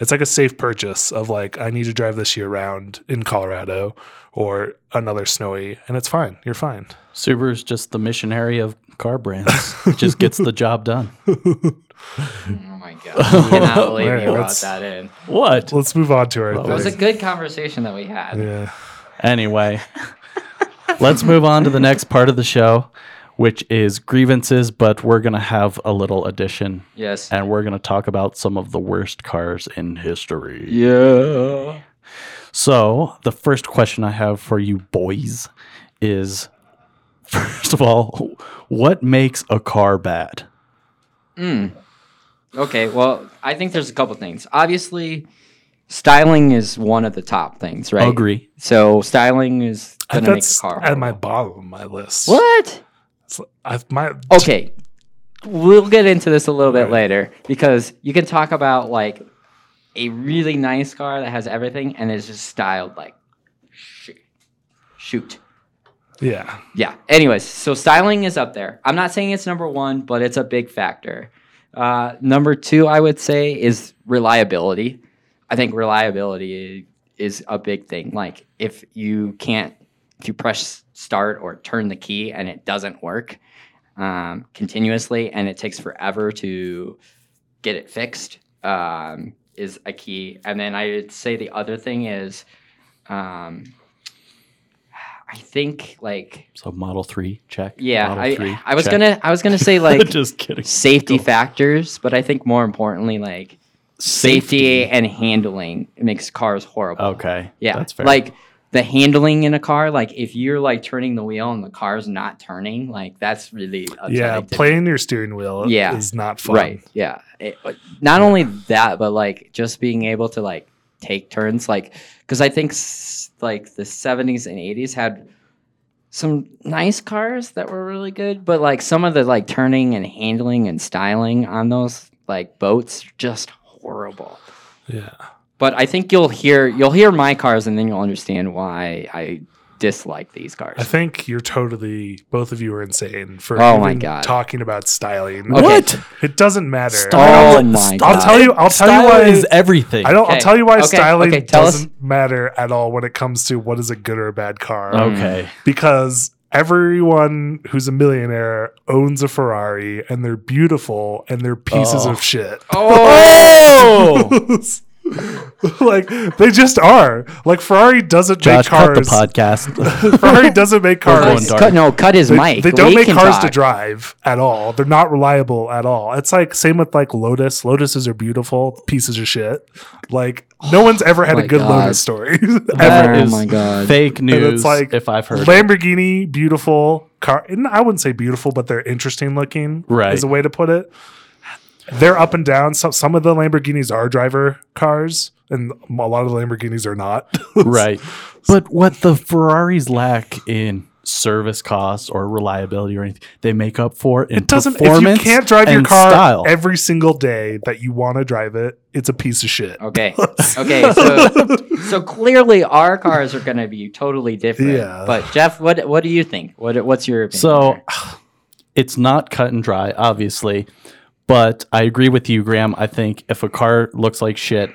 S4: It's like a safe purchase of like I need to drive this year round in Colorado or another snowy, and it's fine. You're fine.
S2: Subaru's just the missionary of car brands, It just gets the job done.
S3: Oh my god! I cannot believe
S4: Alright,
S3: you brought
S4: let's-
S3: that in.
S2: What?
S4: Let's move on to our.
S2: Well,
S3: That was a
S4: thing.
S3: good conversation that we had.
S4: yeah.
S2: Anyway, let's move on to the next part of the show, which is grievances, but we're going to have a little addition
S3: Yes.
S2: and we're going to talk about some of the worst cars in history.
S3: Yeah.
S2: So, the first question I have for you boys is first of all, what makes a car bad?
S3: Okay, well, I think there's a couple things. Obviously, styling is one of the top things, right?
S2: Agree.
S3: So styling is
S4: I-
S3: gonna make the
S4: That's
S3: car.
S4: at my
S3: horrible.
S4: bottom of my list.
S3: what?
S4: It's- I, my
S3: Okay, we'll get into this a little bit
S4: Right.
S3: later because you can talk about like a really nice car that has everything and it's just styled like shoot. shoot.
S4: yeah.
S3: Yeah. Anyways, so styling is up there. I'm not saying it's number one, but it's a big factor. Uh, number two, I would say, is reliability. I think reliability is a big thing. Like if you can't, if you press start or turn the key and it doesn't work um, continuously and it takes forever to get it fixed, um, is a key. And then I would say the other thing is, um, I think like
S2: So, Model 3, check.
S3: yeah,
S2: Model
S3: I, I was
S2: check.
S3: gonna I was gonna say like
S2: just kidding.
S3: safety factors, but I think more importantly like safety, and handling makes cars horrible.
S2: Okay.
S3: yeah,
S2: Oh, That's fair.
S3: like the handling in a car, like if you're like turning the wheel and the car's not turning, like that's really upsetting
S4: yeah,
S3: to me.
S4: playing your steering wheel
S3: Yeah.
S4: is not fun.
S3: Right. Yeah. It- uh, not only that, but like just being able to like take turns, like because I think s- like the '70s and '80s had some nice cars that were really good, but like some of the like turning and handling and styling on those like boats just horrible.
S4: Yeah.
S3: But I think you'll hear you'll hear my cars, and then you'll understand why I dislike these cars.
S4: I think you're totally both of you are insane for
S3: Oh my
S4: even
S3: God.
S4: talking about styling.
S3: Okay.
S2: What?
S4: It doesn't matter.
S3: oh
S2: I'll-
S3: my
S4: I'll
S3: god!
S4: tell you. I'll tell you why.
S2: Style is everything.
S4: I don't. I'll
S3: Okay.
S4: tell you why
S3: Okay.
S4: styling
S3: Okay. Tell us.
S4: doesn't matter at all when it comes to what is a good or a bad car.
S3: Mm.
S2: Okay.
S4: Because everyone who's a millionaire owns a Ferrari, and they're beautiful, and they're pieces
S2: Oh.
S4: of shit.
S2: Oh,
S4: like they just are. Like Ferrari doesn't
S2: Josh,
S4: make
S2: cut the
S4: cars.
S2: podcast.
S4: Ferrari doesn't make
S2: We're going
S4: cars.
S2: dark.
S3: Cut, no, cut his
S4: They,
S3: mic.
S4: they don't
S3: We
S4: make
S3: can
S4: cars to
S3: talk.
S4: drive at all. They're not reliable at all. It's like same with like Lotus. Lotuses are beautiful pieces of shit. Like no one's ever had
S2: Oh
S3: my
S4: a good
S3: God.
S4: Lotus story.
S2: That
S3: Oh
S2: is
S3: my God.
S2: fake
S4: And
S2: news.
S4: it's like
S2: if I've heard. it.
S4: Lamborghini, beautiful car. And I wouldn't say beautiful, but they're interesting looking.
S2: Right.
S4: is a way to put it. They're up and down. Some some of the Lamborghinis are driver cars, and a lot of the Lamborghinis are not.
S2: right. But what the Ferraris lack in service costs or reliability or anything, they make up for in
S4: it doesn't. If you
S2: performance
S4: can't drive your
S2: and
S4: car
S2: style.
S4: every single day that you want to drive it, it's a piece of shit.
S3: Okay. Okay. So, so clearly our cars are going to be totally different.
S4: Yeah.
S3: But Jeff, what what do you think? What what's your opinion?
S2: So
S3: here?
S2: it's not cut and dry, obviously. But I agree with you, Graham. I think if a car looks like shit,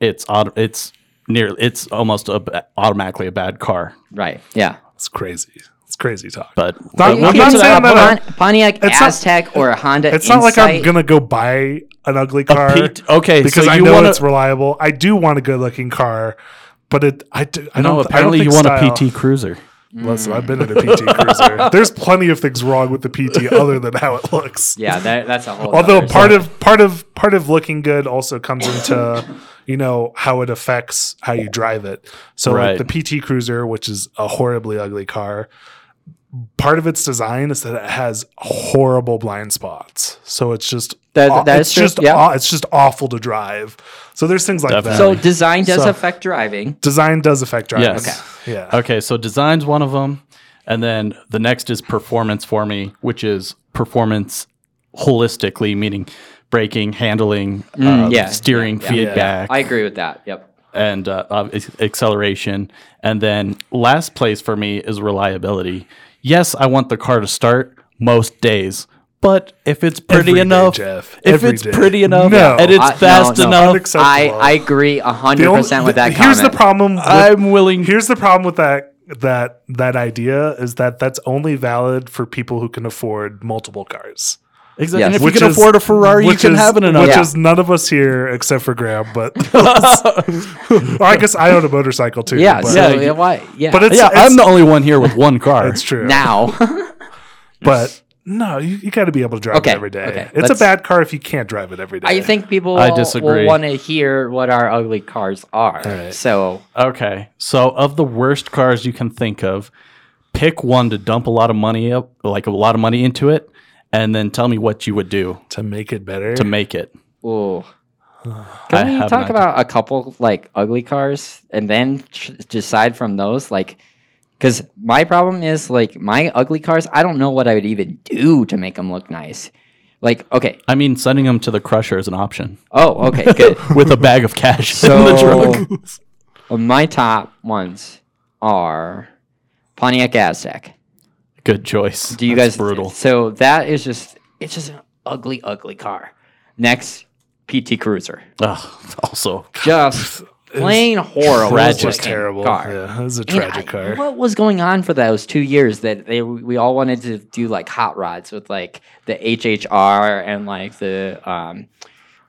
S2: it's auto- it's near it's almost a, ba- automatically a bad car.
S3: right? Yeah.
S4: It's crazy. It's crazy talk.
S2: But
S4: Not- Uh, I'm
S2: we'll
S4: not
S2: get to
S4: saying
S2: that.
S4: that I-
S3: Pon- Pontiac
S4: It's not-
S3: Aztec or a Honda.
S4: it's not like I'm
S3: Insight.
S4: gonna go buy an ugly car
S2: Pete- oh, okay,
S4: because
S2: so
S4: I
S2: you
S4: know
S2: wanna-
S4: it's reliable. I do want a good looking car, but it I, do, I
S2: No,
S4: don't.
S2: apparently
S4: I
S2: you
S4: don't
S2: want
S4: think
S2: a
S4: style-
S2: PT Cruiser.
S4: Listen, I've been in a PT Cruiser. There's plenty of things wrong with the PT other than how it looks.
S3: Yeah, that, that's a whole.
S4: Although
S3: nother
S4: part of part of part of looking good also comes into you know how it affects how you drive it. So
S2: Right.
S4: like the PT Cruiser, which is a horribly ugly car, part of its design is that it has horrible blind spots. So it's just
S3: That-
S4: aw-
S3: that
S4: it's
S3: is true,
S4: just
S3: yeah.
S4: aw- it's just awful to drive. So there's things like
S3: subject.
S2: Definitely.
S4: that.
S3: So design does
S4: So-
S3: affect driving.
S4: Design does affect driving.
S2: Yes.
S4: Yeah.
S2: Okay, so design's one of them, and then the next is performance for me, which is performance holistically, meaning braking, handling, uh,
S3: Mm, yeah,
S2: steering,
S3: yeah, yeah.
S2: feedback,
S3: I agree with that. Yep.
S2: and uh, uh, ac- acceleration. And then last place for me is reliability. Yes, I want the car to start most days, but if it's pretty
S4: Every day,
S2: enough,
S4: Jeff.
S2: if
S4: Every
S2: it's
S4: day.
S2: pretty enough,
S4: No.
S2: and it's
S3: I- Uh, no,
S2: fast
S3: no.
S2: enough,
S4: Unacceptable.
S3: I, I agree
S4: The
S3: hundred
S4: only-
S3: percent with that.
S4: Here's
S3: comment.
S4: the problem. with-
S2: I'm willing.
S4: Here's the problem with that that that idea is that that's only valid for people who can afford multiple cars.
S2: Exactly.
S3: Yes.
S2: And if
S4: Which
S2: you can
S4: is-
S2: afford a Ferrari, you
S4: which
S2: can
S4: is-
S2: have an enough.
S4: Which
S3: Yeah.
S4: is none of us here except for Graham, but Or I guess I own a motorcycle too.
S3: Yeah.
S4: but,
S3: So
S2: Yeah,
S3: yeah, why? Yeah.
S4: but it's,
S2: yeah,
S4: it's-
S2: I'm the only one here with one car.
S4: it's true.
S3: now.
S4: But no, you, you got to be able to drive
S3: Okay,
S4: it every day.
S3: okay,
S4: It's a
S3: let's-
S4: bad car if you can't drive it every day.
S3: I think people
S2: I
S3: will-
S2: disagree.
S3: will want to hear what our ugly cars are. So
S2: Okay. So, of the worst cars you can think of, pick one to dump a lot of money up, like a lot of money into it, and then tell me what you would do
S4: to make it better.
S2: to make it.
S3: Ooh.
S2: I
S3: Can we
S2: have an
S3: talk
S2: idea.
S3: about a couple like ugly cars and then tr- decide from those? Like, because my problem is like my ugly cars, I don't know what I would even do to make them look nice. Like, okay.
S2: I mean, sending them to the crusher is an option
S3: Oh, okay. Good.
S2: with a bag of cash in the
S3: so,
S2: trunk.
S3: uh, my top ones are Pontiac Aztec.
S2: Good choice.
S3: Do you
S2: That's
S3: guys
S2: brutal?
S3: So that is just it's just an ugly, ugly car. Next, PT Cruiser,
S2: Ugh, also,
S3: just plain horrible,
S4: Tragic.
S3: looking
S4: terrible.
S3: car.
S4: Yeah, it was a
S3: And
S4: tragic
S3: I-
S4: car.
S3: What was going on for those two years that they we all wanted to do like hot rods with like the HHR and like the um,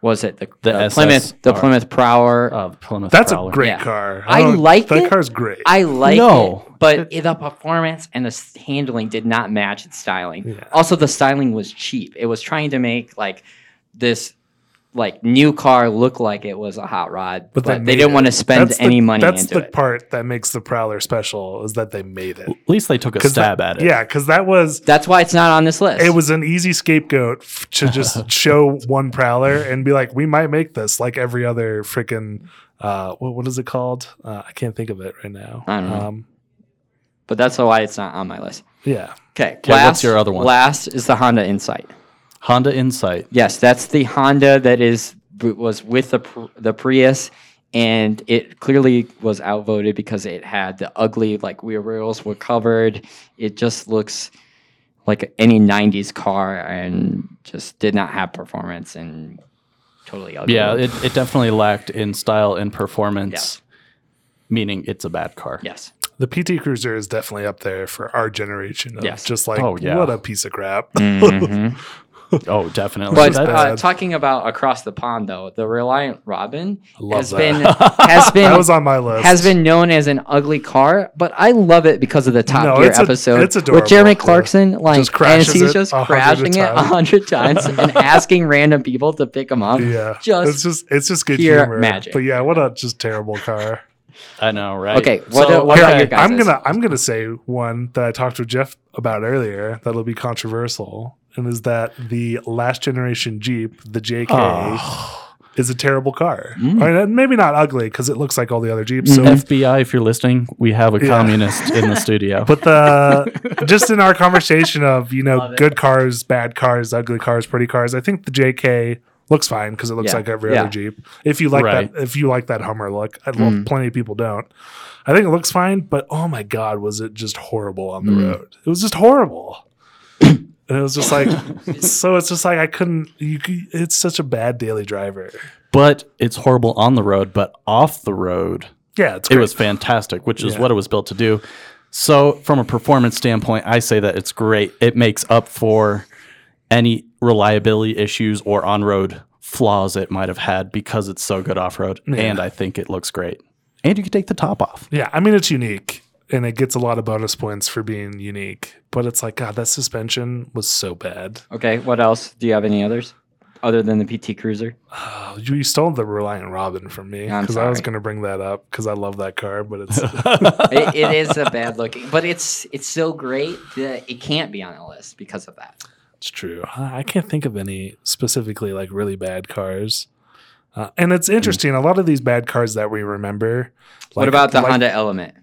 S3: was it the,
S2: The
S3: Plymouth the
S2: SSR.
S3: Plymouth Prower?
S2: uh, Plymouth.
S4: That's a
S2: Prowler.
S4: great
S3: Yeah.
S4: car.
S3: I
S4: don't-
S3: like
S4: that
S3: it.
S4: car's great.
S3: I like
S2: No.
S3: it, but i- the performance and the s- handling did not match its styling. Also, the styling was cheap. It was trying to make like this like new car look like it was a hot rod,
S4: But
S3: but,
S4: they
S3: they
S4: made
S3: didn't
S4: it.
S3: want to spend
S4: That's the-
S3: any money
S4: That's
S3: into
S4: the
S3: it.
S4: part that makes the Prowler special is that they made it.
S2: At least they took a
S4: 'Cause
S2: stab
S4: that-
S2: at it.
S4: Yeah, because that was
S3: That's why it's not on this list.
S4: it was an easy scapegoat f- to just show one Prowler and be like, we might make this like every other freaking uh, what what is it called? Uh, I can't think of it right now.
S3: I don't know.
S4: Um,
S3: but that's why it's not on my list.
S4: yeah,
S3: Okay,
S2: Okay, what's your other one?
S3: Last is the Honda Insight.
S2: Honda Insight.
S3: Yes, that's the Honda that is was with the Pr- the Prius, and it clearly was outvoted because it had the ugly like rear wheels were covered. It just looks like any '90s car, and just did not have performance and totally ugly.
S2: Yeah, it, it definitely lacked in style and performance, meaning it's a bad car.
S3: yes,
S4: the PT Cruiser is definitely up there for our generation. Of
S3: Yes.
S4: just like
S2: Oh, yeah.
S4: what a piece of crap.
S3: Mhm.
S2: Oh, definitely.
S3: but
S4: That-
S3: uh, talking about across the pond though, the Reliant Robin
S4: love
S3: has
S4: that.
S3: been has been
S4: that was on my list.
S3: has been known as an ugly car, but I love it because of the Top
S4: No,
S3: Gear
S4: it's a-
S3: episode
S4: it's adorable.
S3: with Jeremy Clarkson. Like,
S4: Just crashes
S3: and he's
S4: it
S3: just
S4: a hundred
S3: crashing it a
S4: times.
S3: hundred times and asking random people to pick him up.
S4: yeah,
S3: just
S4: it's just it's just good
S3: pure
S4: humor.
S3: magic.
S4: But yeah, what a just terrible car.
S2: I know, right? uh,
S3: Okay, what- what
S2: okay,
S3: about your guys'
S4: I'm gonna I'm gonna say one that I talked to Jeff about earlier that'll be controversial, and is that the last generation Jeep, the JK,
S3: Ah.
S4: is a terrible car.
S3: Mm.
S4: Or maybe not ugly because it looks like all the other Jeeps.
S3: Mm-hmm.
S4: So
S2: FBI, if you're listening, we have a
S4: Yeah.
S2: communist in the studio.
S4: But the just in our conversation of you know good cars, bad cars, ugly cars, pretty cars, I think the JK looks fine because it looks
S3: Yeah.
S4: like every
S3: Yeah.
S4: other Jeep. If you like
S2: Right. Hmm.
S4: that, if you like that Hummer look, I love plenty of people don't. I think it looks fine, but oh my god, was it just horrible on the
S2: Hmm.
S4: road? It was just horrible. And it was just like, so it's just like I couldn't. You, c- it's such a bad daily driver.
S2: But it's horrible on the road, but off the road,
S4: Yeah, it's
S2: it
S4: great.
S2: was fantastic, which is
S4: Yeah.
S2: what it was built to do. So, from a performance standpoint, I say that it's great. It makes up for any reliability issues or on road flaws it might have had because it's so good off road. And I think it looks great. And you can take the top off.
S4: Yeah, I mean it's unique and it gets a lot of bonus points for being unique. But it's like, God, that suspension was so bad.
S3: Okay, what else? Do you have any others other than the PT Cruiser?
S4: Oh, you, you stole the Reliant Robin from me
S3: I'm
S4: because I was
S3: sorry.
S4: going to bring that up because I love that car, but it's
S3: it, it is a bad looking, but it's it's so great that it can't be on a list because of that.
S4: it's true. I I can't think of any specifically like really bad cars. Uh, and it's interesting. A lot of these bad cars that we remember.
S3: what
S4: like-
S3: about the
S4: like,
S3: Honda Element?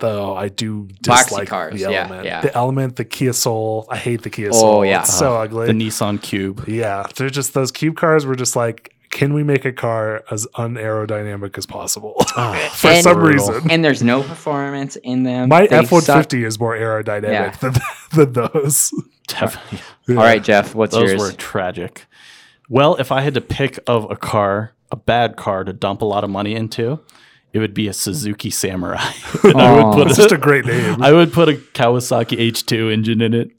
S4: Though I do
S3: Boxy
S4: dislike
S3: cars,
S4: the
S3: yeah,
S4: element.
S3: yeah.
S4: The element, the Kia Soul. I hate the Kia
S3: Oh,
S4: Soul.
S3: yeah.
S4: it's so ugly.
S2: The Nissan Cube.
S4: Yeah, they're just those cube cars were just like, can we make a car as unaerodynamic as possible
S3: Ah,
S4: for
S3: And-
S4: some
S2: Brutal.
S4: reason?
S3: And there's no performance in them.
S4: My
S3: They
S4: F one
S3: suck.
S4: fifty is more aerodynamic
S3: Yeah.
S4: than, than those.
S2: Definitely.
S3: All right, Jeff, what's
S2: Those
S3: yours?
S2: were tragic. Well, if I had to pick of a car, a bad car to dump a lot of money into, it would be a Suzuki Samurai. I
S3: Aw.
S2: would put
S4: It's just a great name.
S2: I would put a Kawasaki H2 engine in it.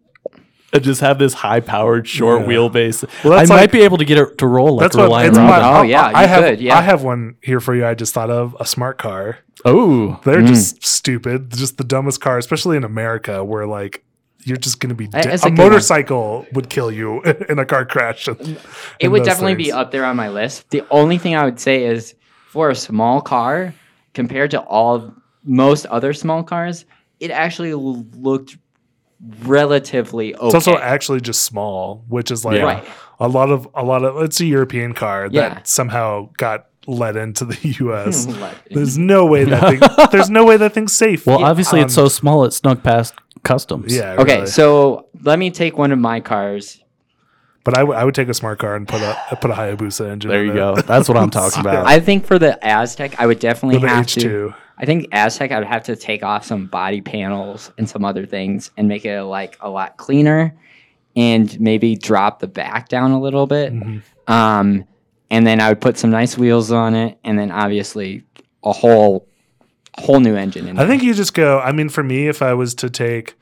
S2: And just have this high powered short
S4: Yeah.
S2: wheelbase.
S4: Well,
S2: I
S4: that's like-
S2: might be able to get it to roll like
S4: That's what
S2: Reliant
S4: it's my,
S2: Robin.
S3: Oh, yeah,
S4: I
S3: you
S4: have
S3: could, yeah.
S4: I have one here for you. I just thought of a smart car.
S2: Oh,
S4: They're
S3: Mm.
S4: just stupid, just the dumbest car, especially in America, where like you're just going to be
S3: That
S4: dead.
S3: is Eh, a
S4: a
S3: good one.
S4: motorcycle would kill you in a car crash.
S3: it would definitely be up there on my list. The only thing I would say is for a small car compared to all most other small cars, it actually l- looked relatively okay.
S4: It's also actually just small, which is like
S2: Yeah.
S3: Right.
S4: a lot of a lot of it's a European car
S3: Yeah.
S4: that somehow got let into the U.S.
S3: Let-
S4: there's no way that thing, there's no way that thing's safe.
S2: well, obviously it's
S4: Um,
S2: so small it snuck past customs.
S4: yeah.
S3: okay,
S4: really.
S3: so let me take one of my cars.
S4: but I would I would take a smart car and put a put a Hayabusa engine.
S2: There
S4: in
S2: you
S4: it.
S2: go. That's what I'm talking about.
S3: I think for the Aztec, I would definitely
S4: With an
S3: have
S4: H
S3: to.
S4: two.
S3: I think Aztec, I would have to take off some body panels and some other things and make it like a lot cleaner, and maybe drop the back down a little bit.
S4: Mm-hmm.
S3: Um, and then I would put some nice wheels on it, and then obviously a whole, whole new engine in
S4: I
S3: it.
S4: think you just go. I mean, for me, if I was to take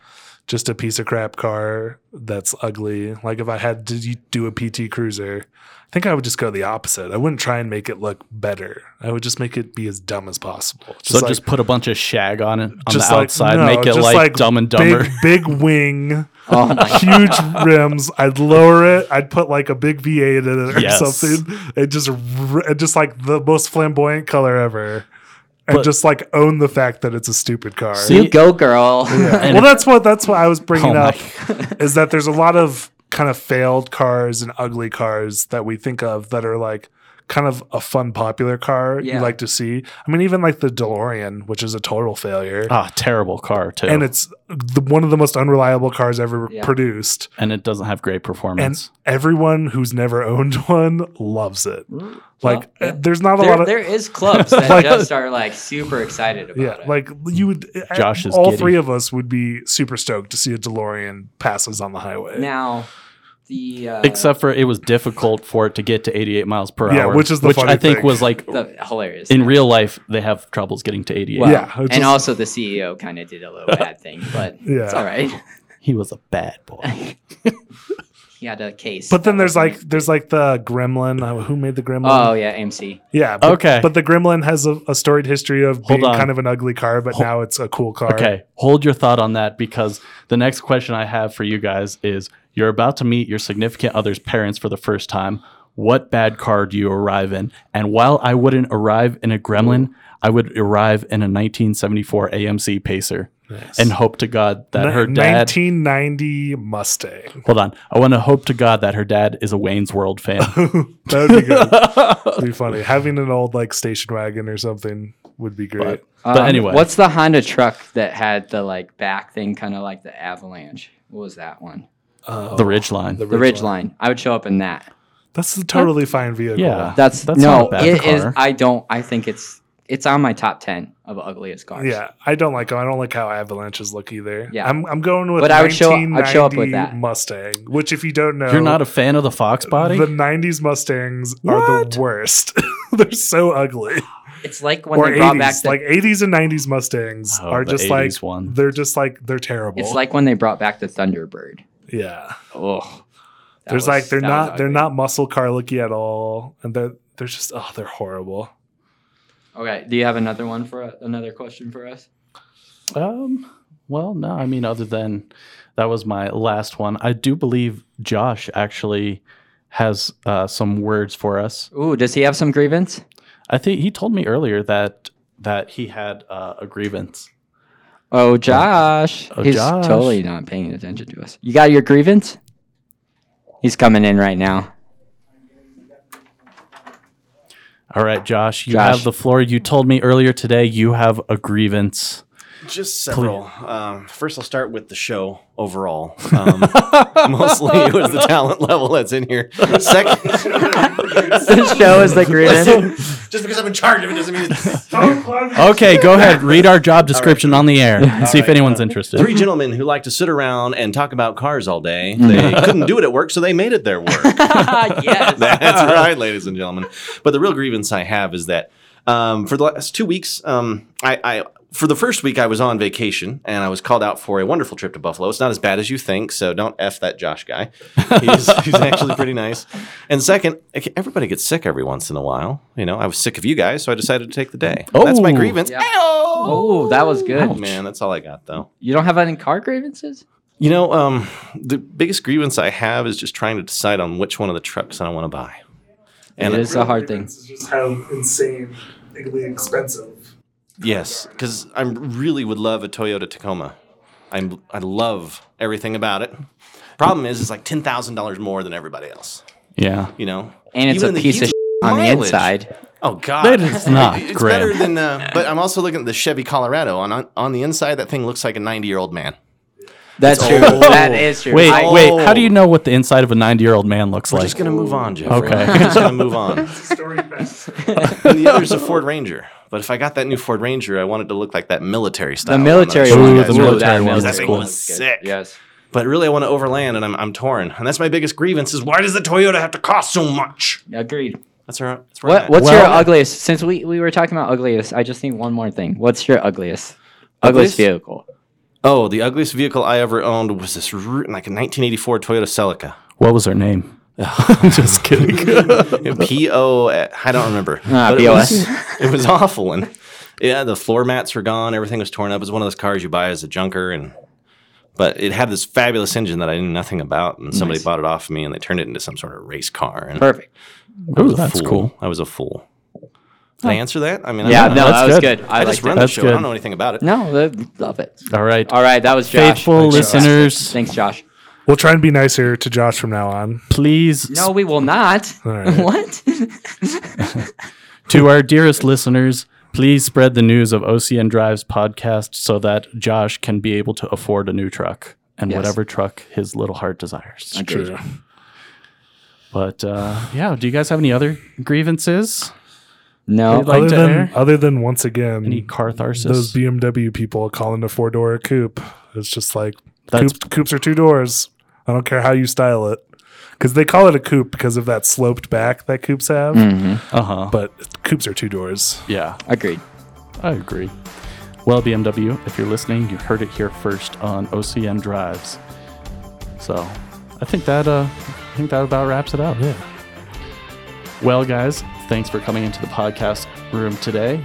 S4: just a piece of crap car that's ugly. Like if I had to do a PT Cruiser, I think I would just go the opposite. I wouldn't try and make it look better. I would just make it be as dumb as possible.
S2: So
S4: like-
S2: just put a bunch of shag on it on
S4: just
S2: the outside,
S4: no,
S2: make it
S4: just
S2: like, Dumb and
S4: big-
S2: Dumber.
S4: Big, wing,
S3: Oh my
S4: huge rims. I'd lower it. I'd put like a big V8 in it or
S2: Yes.
S4: something. And just, r- and just like the most flamboyant color ever. And
S2: But-
S4: just like own the fact that it's a stupid car.
S2: See,
S3: You go, girl.
S2: And
S4: well,
S2: if-
S4: that's what that's what I was bringing
S2: Oh my
S4: up is that there's a lot of kind of failed cars and ugly cars that we think of that are like kind of a fun popular car you
S3: Yeah.
S4: like to see. I mean, even like the DeLorean, which is a total failure,
S3: Oh,
S2: Ah, terrible car too,
S4: and
S2: and it,
S4: it's the, one of the most unreliable cars ever
S3: Yeah.
S4: produced.
S2: doesn't have great performance.
S4: And everyone who's never owned one loves it.
S3: Mm.
S4: Like,
S3: yeah.
S4: uh, there's not a
S3: There,
S4: lot of
S3: there is clubs that
S4: Like-
S3: just are like super excited about
S4: Yeah,
S3: it.
S4: like you would.
S2: Josh
S4: Josh
S2: is
S4: all
S2: giddy.
S4: three of us would be super stoked to see a DeLorean passes on the highway.
S3: now, the uh,
S2: Except for it was difficult for it to get to 88 miles per
S4: Yeah,
S2: hour,
S4: which is the
S2: which
S4: funny
S2: I think
S4: thing.
S2: was like
S3: the hilarious.
S2: in real life they have troubles getting to 88.
S3: Well,
S4: Yeah, it's
S3: and
S4: just-
S3: also the CEO kind of did a little bad thing, but
S4: Yeah.
S3: it's all right.
S2: He was a bad boy.
S3: He had a case.
S4: But then there's like there's like the Gremlin. Uh, Who made the Gremlin?
S3: oh yeah, MC.
S4: yeah. But,
S2: okay.
S4: But the Gremlin has a, a storied history of
S2: Hold
S4: being
S2: on.
S4: kind of an ugly car, but now it's a cool car.
S2: Okay, hold your thought on that because the next question I have for you guys is you're about to meet your significant other's parents for the first time. What bad car do you arrive in? And while I wouldn't arrive in a gremlin, I would arrive in a 1974 AMC Pacer and hope to God that
S4: Ni-
S2: her dad.
S4: 1990 Mustang.
S2: Hold on. I want to hope to God that her dad is a Wayne's World fan.
S4: That would be good. It'd be funny. Having an old like station wagon or something would be great.
S2: But
S3: Um,
S2: anyway.
S3: what's the Honda truck that had the like back thing, kind of like the Avalanche? What was that one?
S2: the Ridgeline.
S3: The Ridge Line. I would show up in that.
S4: That's a totally fine vehicle.
S2: Yeah.
S3: That's,
S2: That's
S3: no,
S2: not a bad
S3: it is-
S2: car.
S3: I don't. I think it's it's on my top ten of ugliest cars.
S4: Yeah, I don't like. I don't like how avalanches look either.
S3: Yeah.
S4: I'm, I'm going with.
S3: But I would show- I'd show up with
S4: 1990
S3: that.
S4: Mustang. Which, if you don't know,
S2: You're not a fan of the Fox body?
S4: The '90s Mustangs are
S2: What?
S4: the worst. They're so ugly.
S3: It's like when
S4: or
S3: they brought back
S4: '80s,
S3: the,
S4: like '80s and '90s Mustangs
S2: Oh,
S4: are
S2: the
S4: just
S2: 80s
S4: like
S2: one.
S4: they're just like they're terrible.
S3: it's like when they brought back the Thunderbird.
S4: yeah,
S3: Oh,
S4: there's like they're not they're not muscle car looky at all, and they're they're just oh they're horrible.
S3: Okay, do you have another one for uh, another question for us?
S2: Um, well, no, I mean, other than that was my last one. I do believe Josh actually has uh, some words for us.
S3: Ooh, does he have some grievance?
S2: I think he told me earlier that that he had uh, a grievance.
S3: Oh, Josh.
S2: Oh,
S3: He's
S2: Josh.
S3: totally not paying attention to us. You got your grievance? He's coming in right now.
S2: All right, Josh, you
S3: Josh.
S2: have the floor. You told me earlier today you have a grievance.
S5: Just several. Um, first, I'll start with the show overall. Um, mostly, it was the talent level that's in here. Second,
S3: the show is the grievance.
S5: just because I'm in charge of it doesn't mean. It's
S2: Okay, go ahead. Read our job description on the air and see if anyone's interested.
S5: Three gentlemen who like to sit around and talk about cars all day. They couldn't do it at work, so they made it their work.
S3: yes.
S5: That's right, ladies and gentlemen. But the real grievance I have is that um, for the last two weeks, um, I, I for the first week I was on vacation and I was called out for a wonderful trip to Buffalo. It's not as bad as you think, so don't f that Josh guy. He's, he's actually pretty nice. And second, okay, everybody gets sick every once in a while. You know, I was sick of you guys, so I decided to take the day. that's my
S2: Oh.
S5: grievance.
S3: Yeah. Oh, that was good.
S5: Oh, man, that's all I got though.
S3: You don't have any car grievances?
S5: You know, um, the biggest grievance I have is just trying to decide on which one of the trucks I want to buy.
S3: it is a hard thing.
S4: It's just how insanely expensive.
S5: Yes, because I really would love a Toyota Tacoma. I'm I love everything about it. Problem is, it's like ten thousand dollars more than everybody else.
S2: Yeah.
S5: You know,
S3: And it's
S5: Even
S3: a
S5: the
S3: piece of
S5: huge
S3: shit on the
S5: mileage.
S3: inside.
S5: Oh God,
S2: That is not
S5: It's
S2: great.
S5: better than. Uh, but I'm also looking at the Chevy Colorado. On on, on the inside, that thing looks like a 90 year old man.
S3: That's true.
S5: old.
S3: That is true.
S2: Wait,
S3: I-
S2: wait. How do you know what the inside of a 90 year old man looks
S5: We're
S2: like?
S5: just gonna move on, Jeffrey.
S2: Okay.
S5: We're just gonna move on.
S4: Story best.
S5: And the other's a Ford Ranger. But if I got that new Ford Ranger, I want it to look like that military style. one
S3: the
S5: that I
S3: military
S5: showed you
S2: Ooh,
S3: one.
S5: guys
S2: the
S5: earlier.
S2: military one was
S5: That thing
S2: cool.
S5: was sick.
S3: Yes.
S5: But really, I want to overland, and I'm, I'm torn. And that's my biggest grievance: is why does the Toyota have to cost so much?
S3: Agreed.
S5: That's where. That's where
S3: What,
S5: I'm at.
S3: what's
S2: Well-
S3: your ugliest? Since we, we were talking about ugliest, I just need one more thing. What's your ugliest? Ugliest,
S5: Ugliest?
S3: vehicle.
S5: Oh, the ugliest vehicle I ever owned was this r- like a 1984 Toyota
S2: What was her name? Just kidding.
S5: Celica. P O I don't remember.
S3: Ah,
S5: But it was-
S3: POS.
S5: It was awful and yeah, the floor mats were gone, everything was torn up. It was one of those cars you buy as a junker and but it had this fabulous engine that I knew nothing about and somebody bought it off me and they turned it into some sort of race car and
S3: Perfect.
S2: Oh, that's
S5: fool.
S2: cool.
S5: I was a fool. Did I answer that? I mean,
S3: Yeah,
S5: I, don't
S3: no,
S5: know.
S3: that was
S2: good.
S3: good.
S5: Uh, I,
S3: I,
S5: just
S3: liked
S5: run
S3: it.
S5: the
S2: That's
S5: show. I
S2: good.
S5: don't know anything about it.
S3: No, that- love it.
S2: All right.
S3: All right, that was Josh.
S2: Faithful listeners,
S3: Thanks, Josh.
S4: We'll try and be nicer to Josh from now on.
S2: please,
S3: No, we will not.
S4: All right.
S3: What?
S2: to our dearest listeners, please spread the news of OCN Drive's podcast so that Josh can be able to afford a new truck and
S3: Yes.
S2: whatever truck his little heart desires.
S3: True.
S2: But uh, yeah, do you guys have any other grievances?
S3: No.
S2: Like
S4: other
S2: to
S4: than
S2: air?
S4: other than once again
S2: Any cartharsis?
S4: those BMW people calling a four door a coupe. It's just like
S2: That's-
S4: coupe, coupes are two doors. I don't care how you style it, because they call it a coupe because of that sloped back that coupes have.
S2: uh huh.
S4: But coupes are two doors.
S2: Yeah,
S3: Agreed.
S2: I agree. Well, BMW, if you're listening, you heard it here first on OCN Drives. So I think that uh, I think that about wraps it up.
S4: Yeah.
S2: Well, guys, thanks for coming into the podcast room today.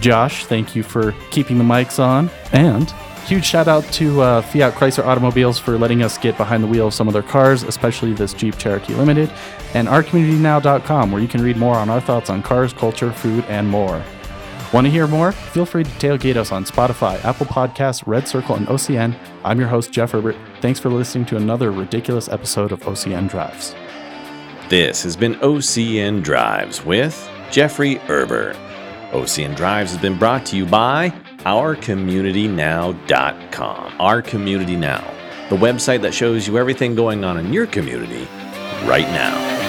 S2: Josh, thank you for keeping the mics on. And huge shout out to uh, Fiat Chrysler Automobiles for letting us get behind the wheel of some of their cars, especially this Jeep Cherokee Limited, and ourcommunitynow.com, where you can read more on our thoughts on cars, culture, food, and more. Want to hear more? Feel free to tailgate us on Spotify, Apple Podcasts, Red Circle, and OCN. I'm your host, Jeff Herbert. Thanks for listening to another ridiculous episode of OCN Drives.
S1: This has been OCN Drives with Jeffrey Erber. OCN Drives has been brought to you by OurCommunityNow.com. Our Community Now, the website that shows you everything going on in your community right now.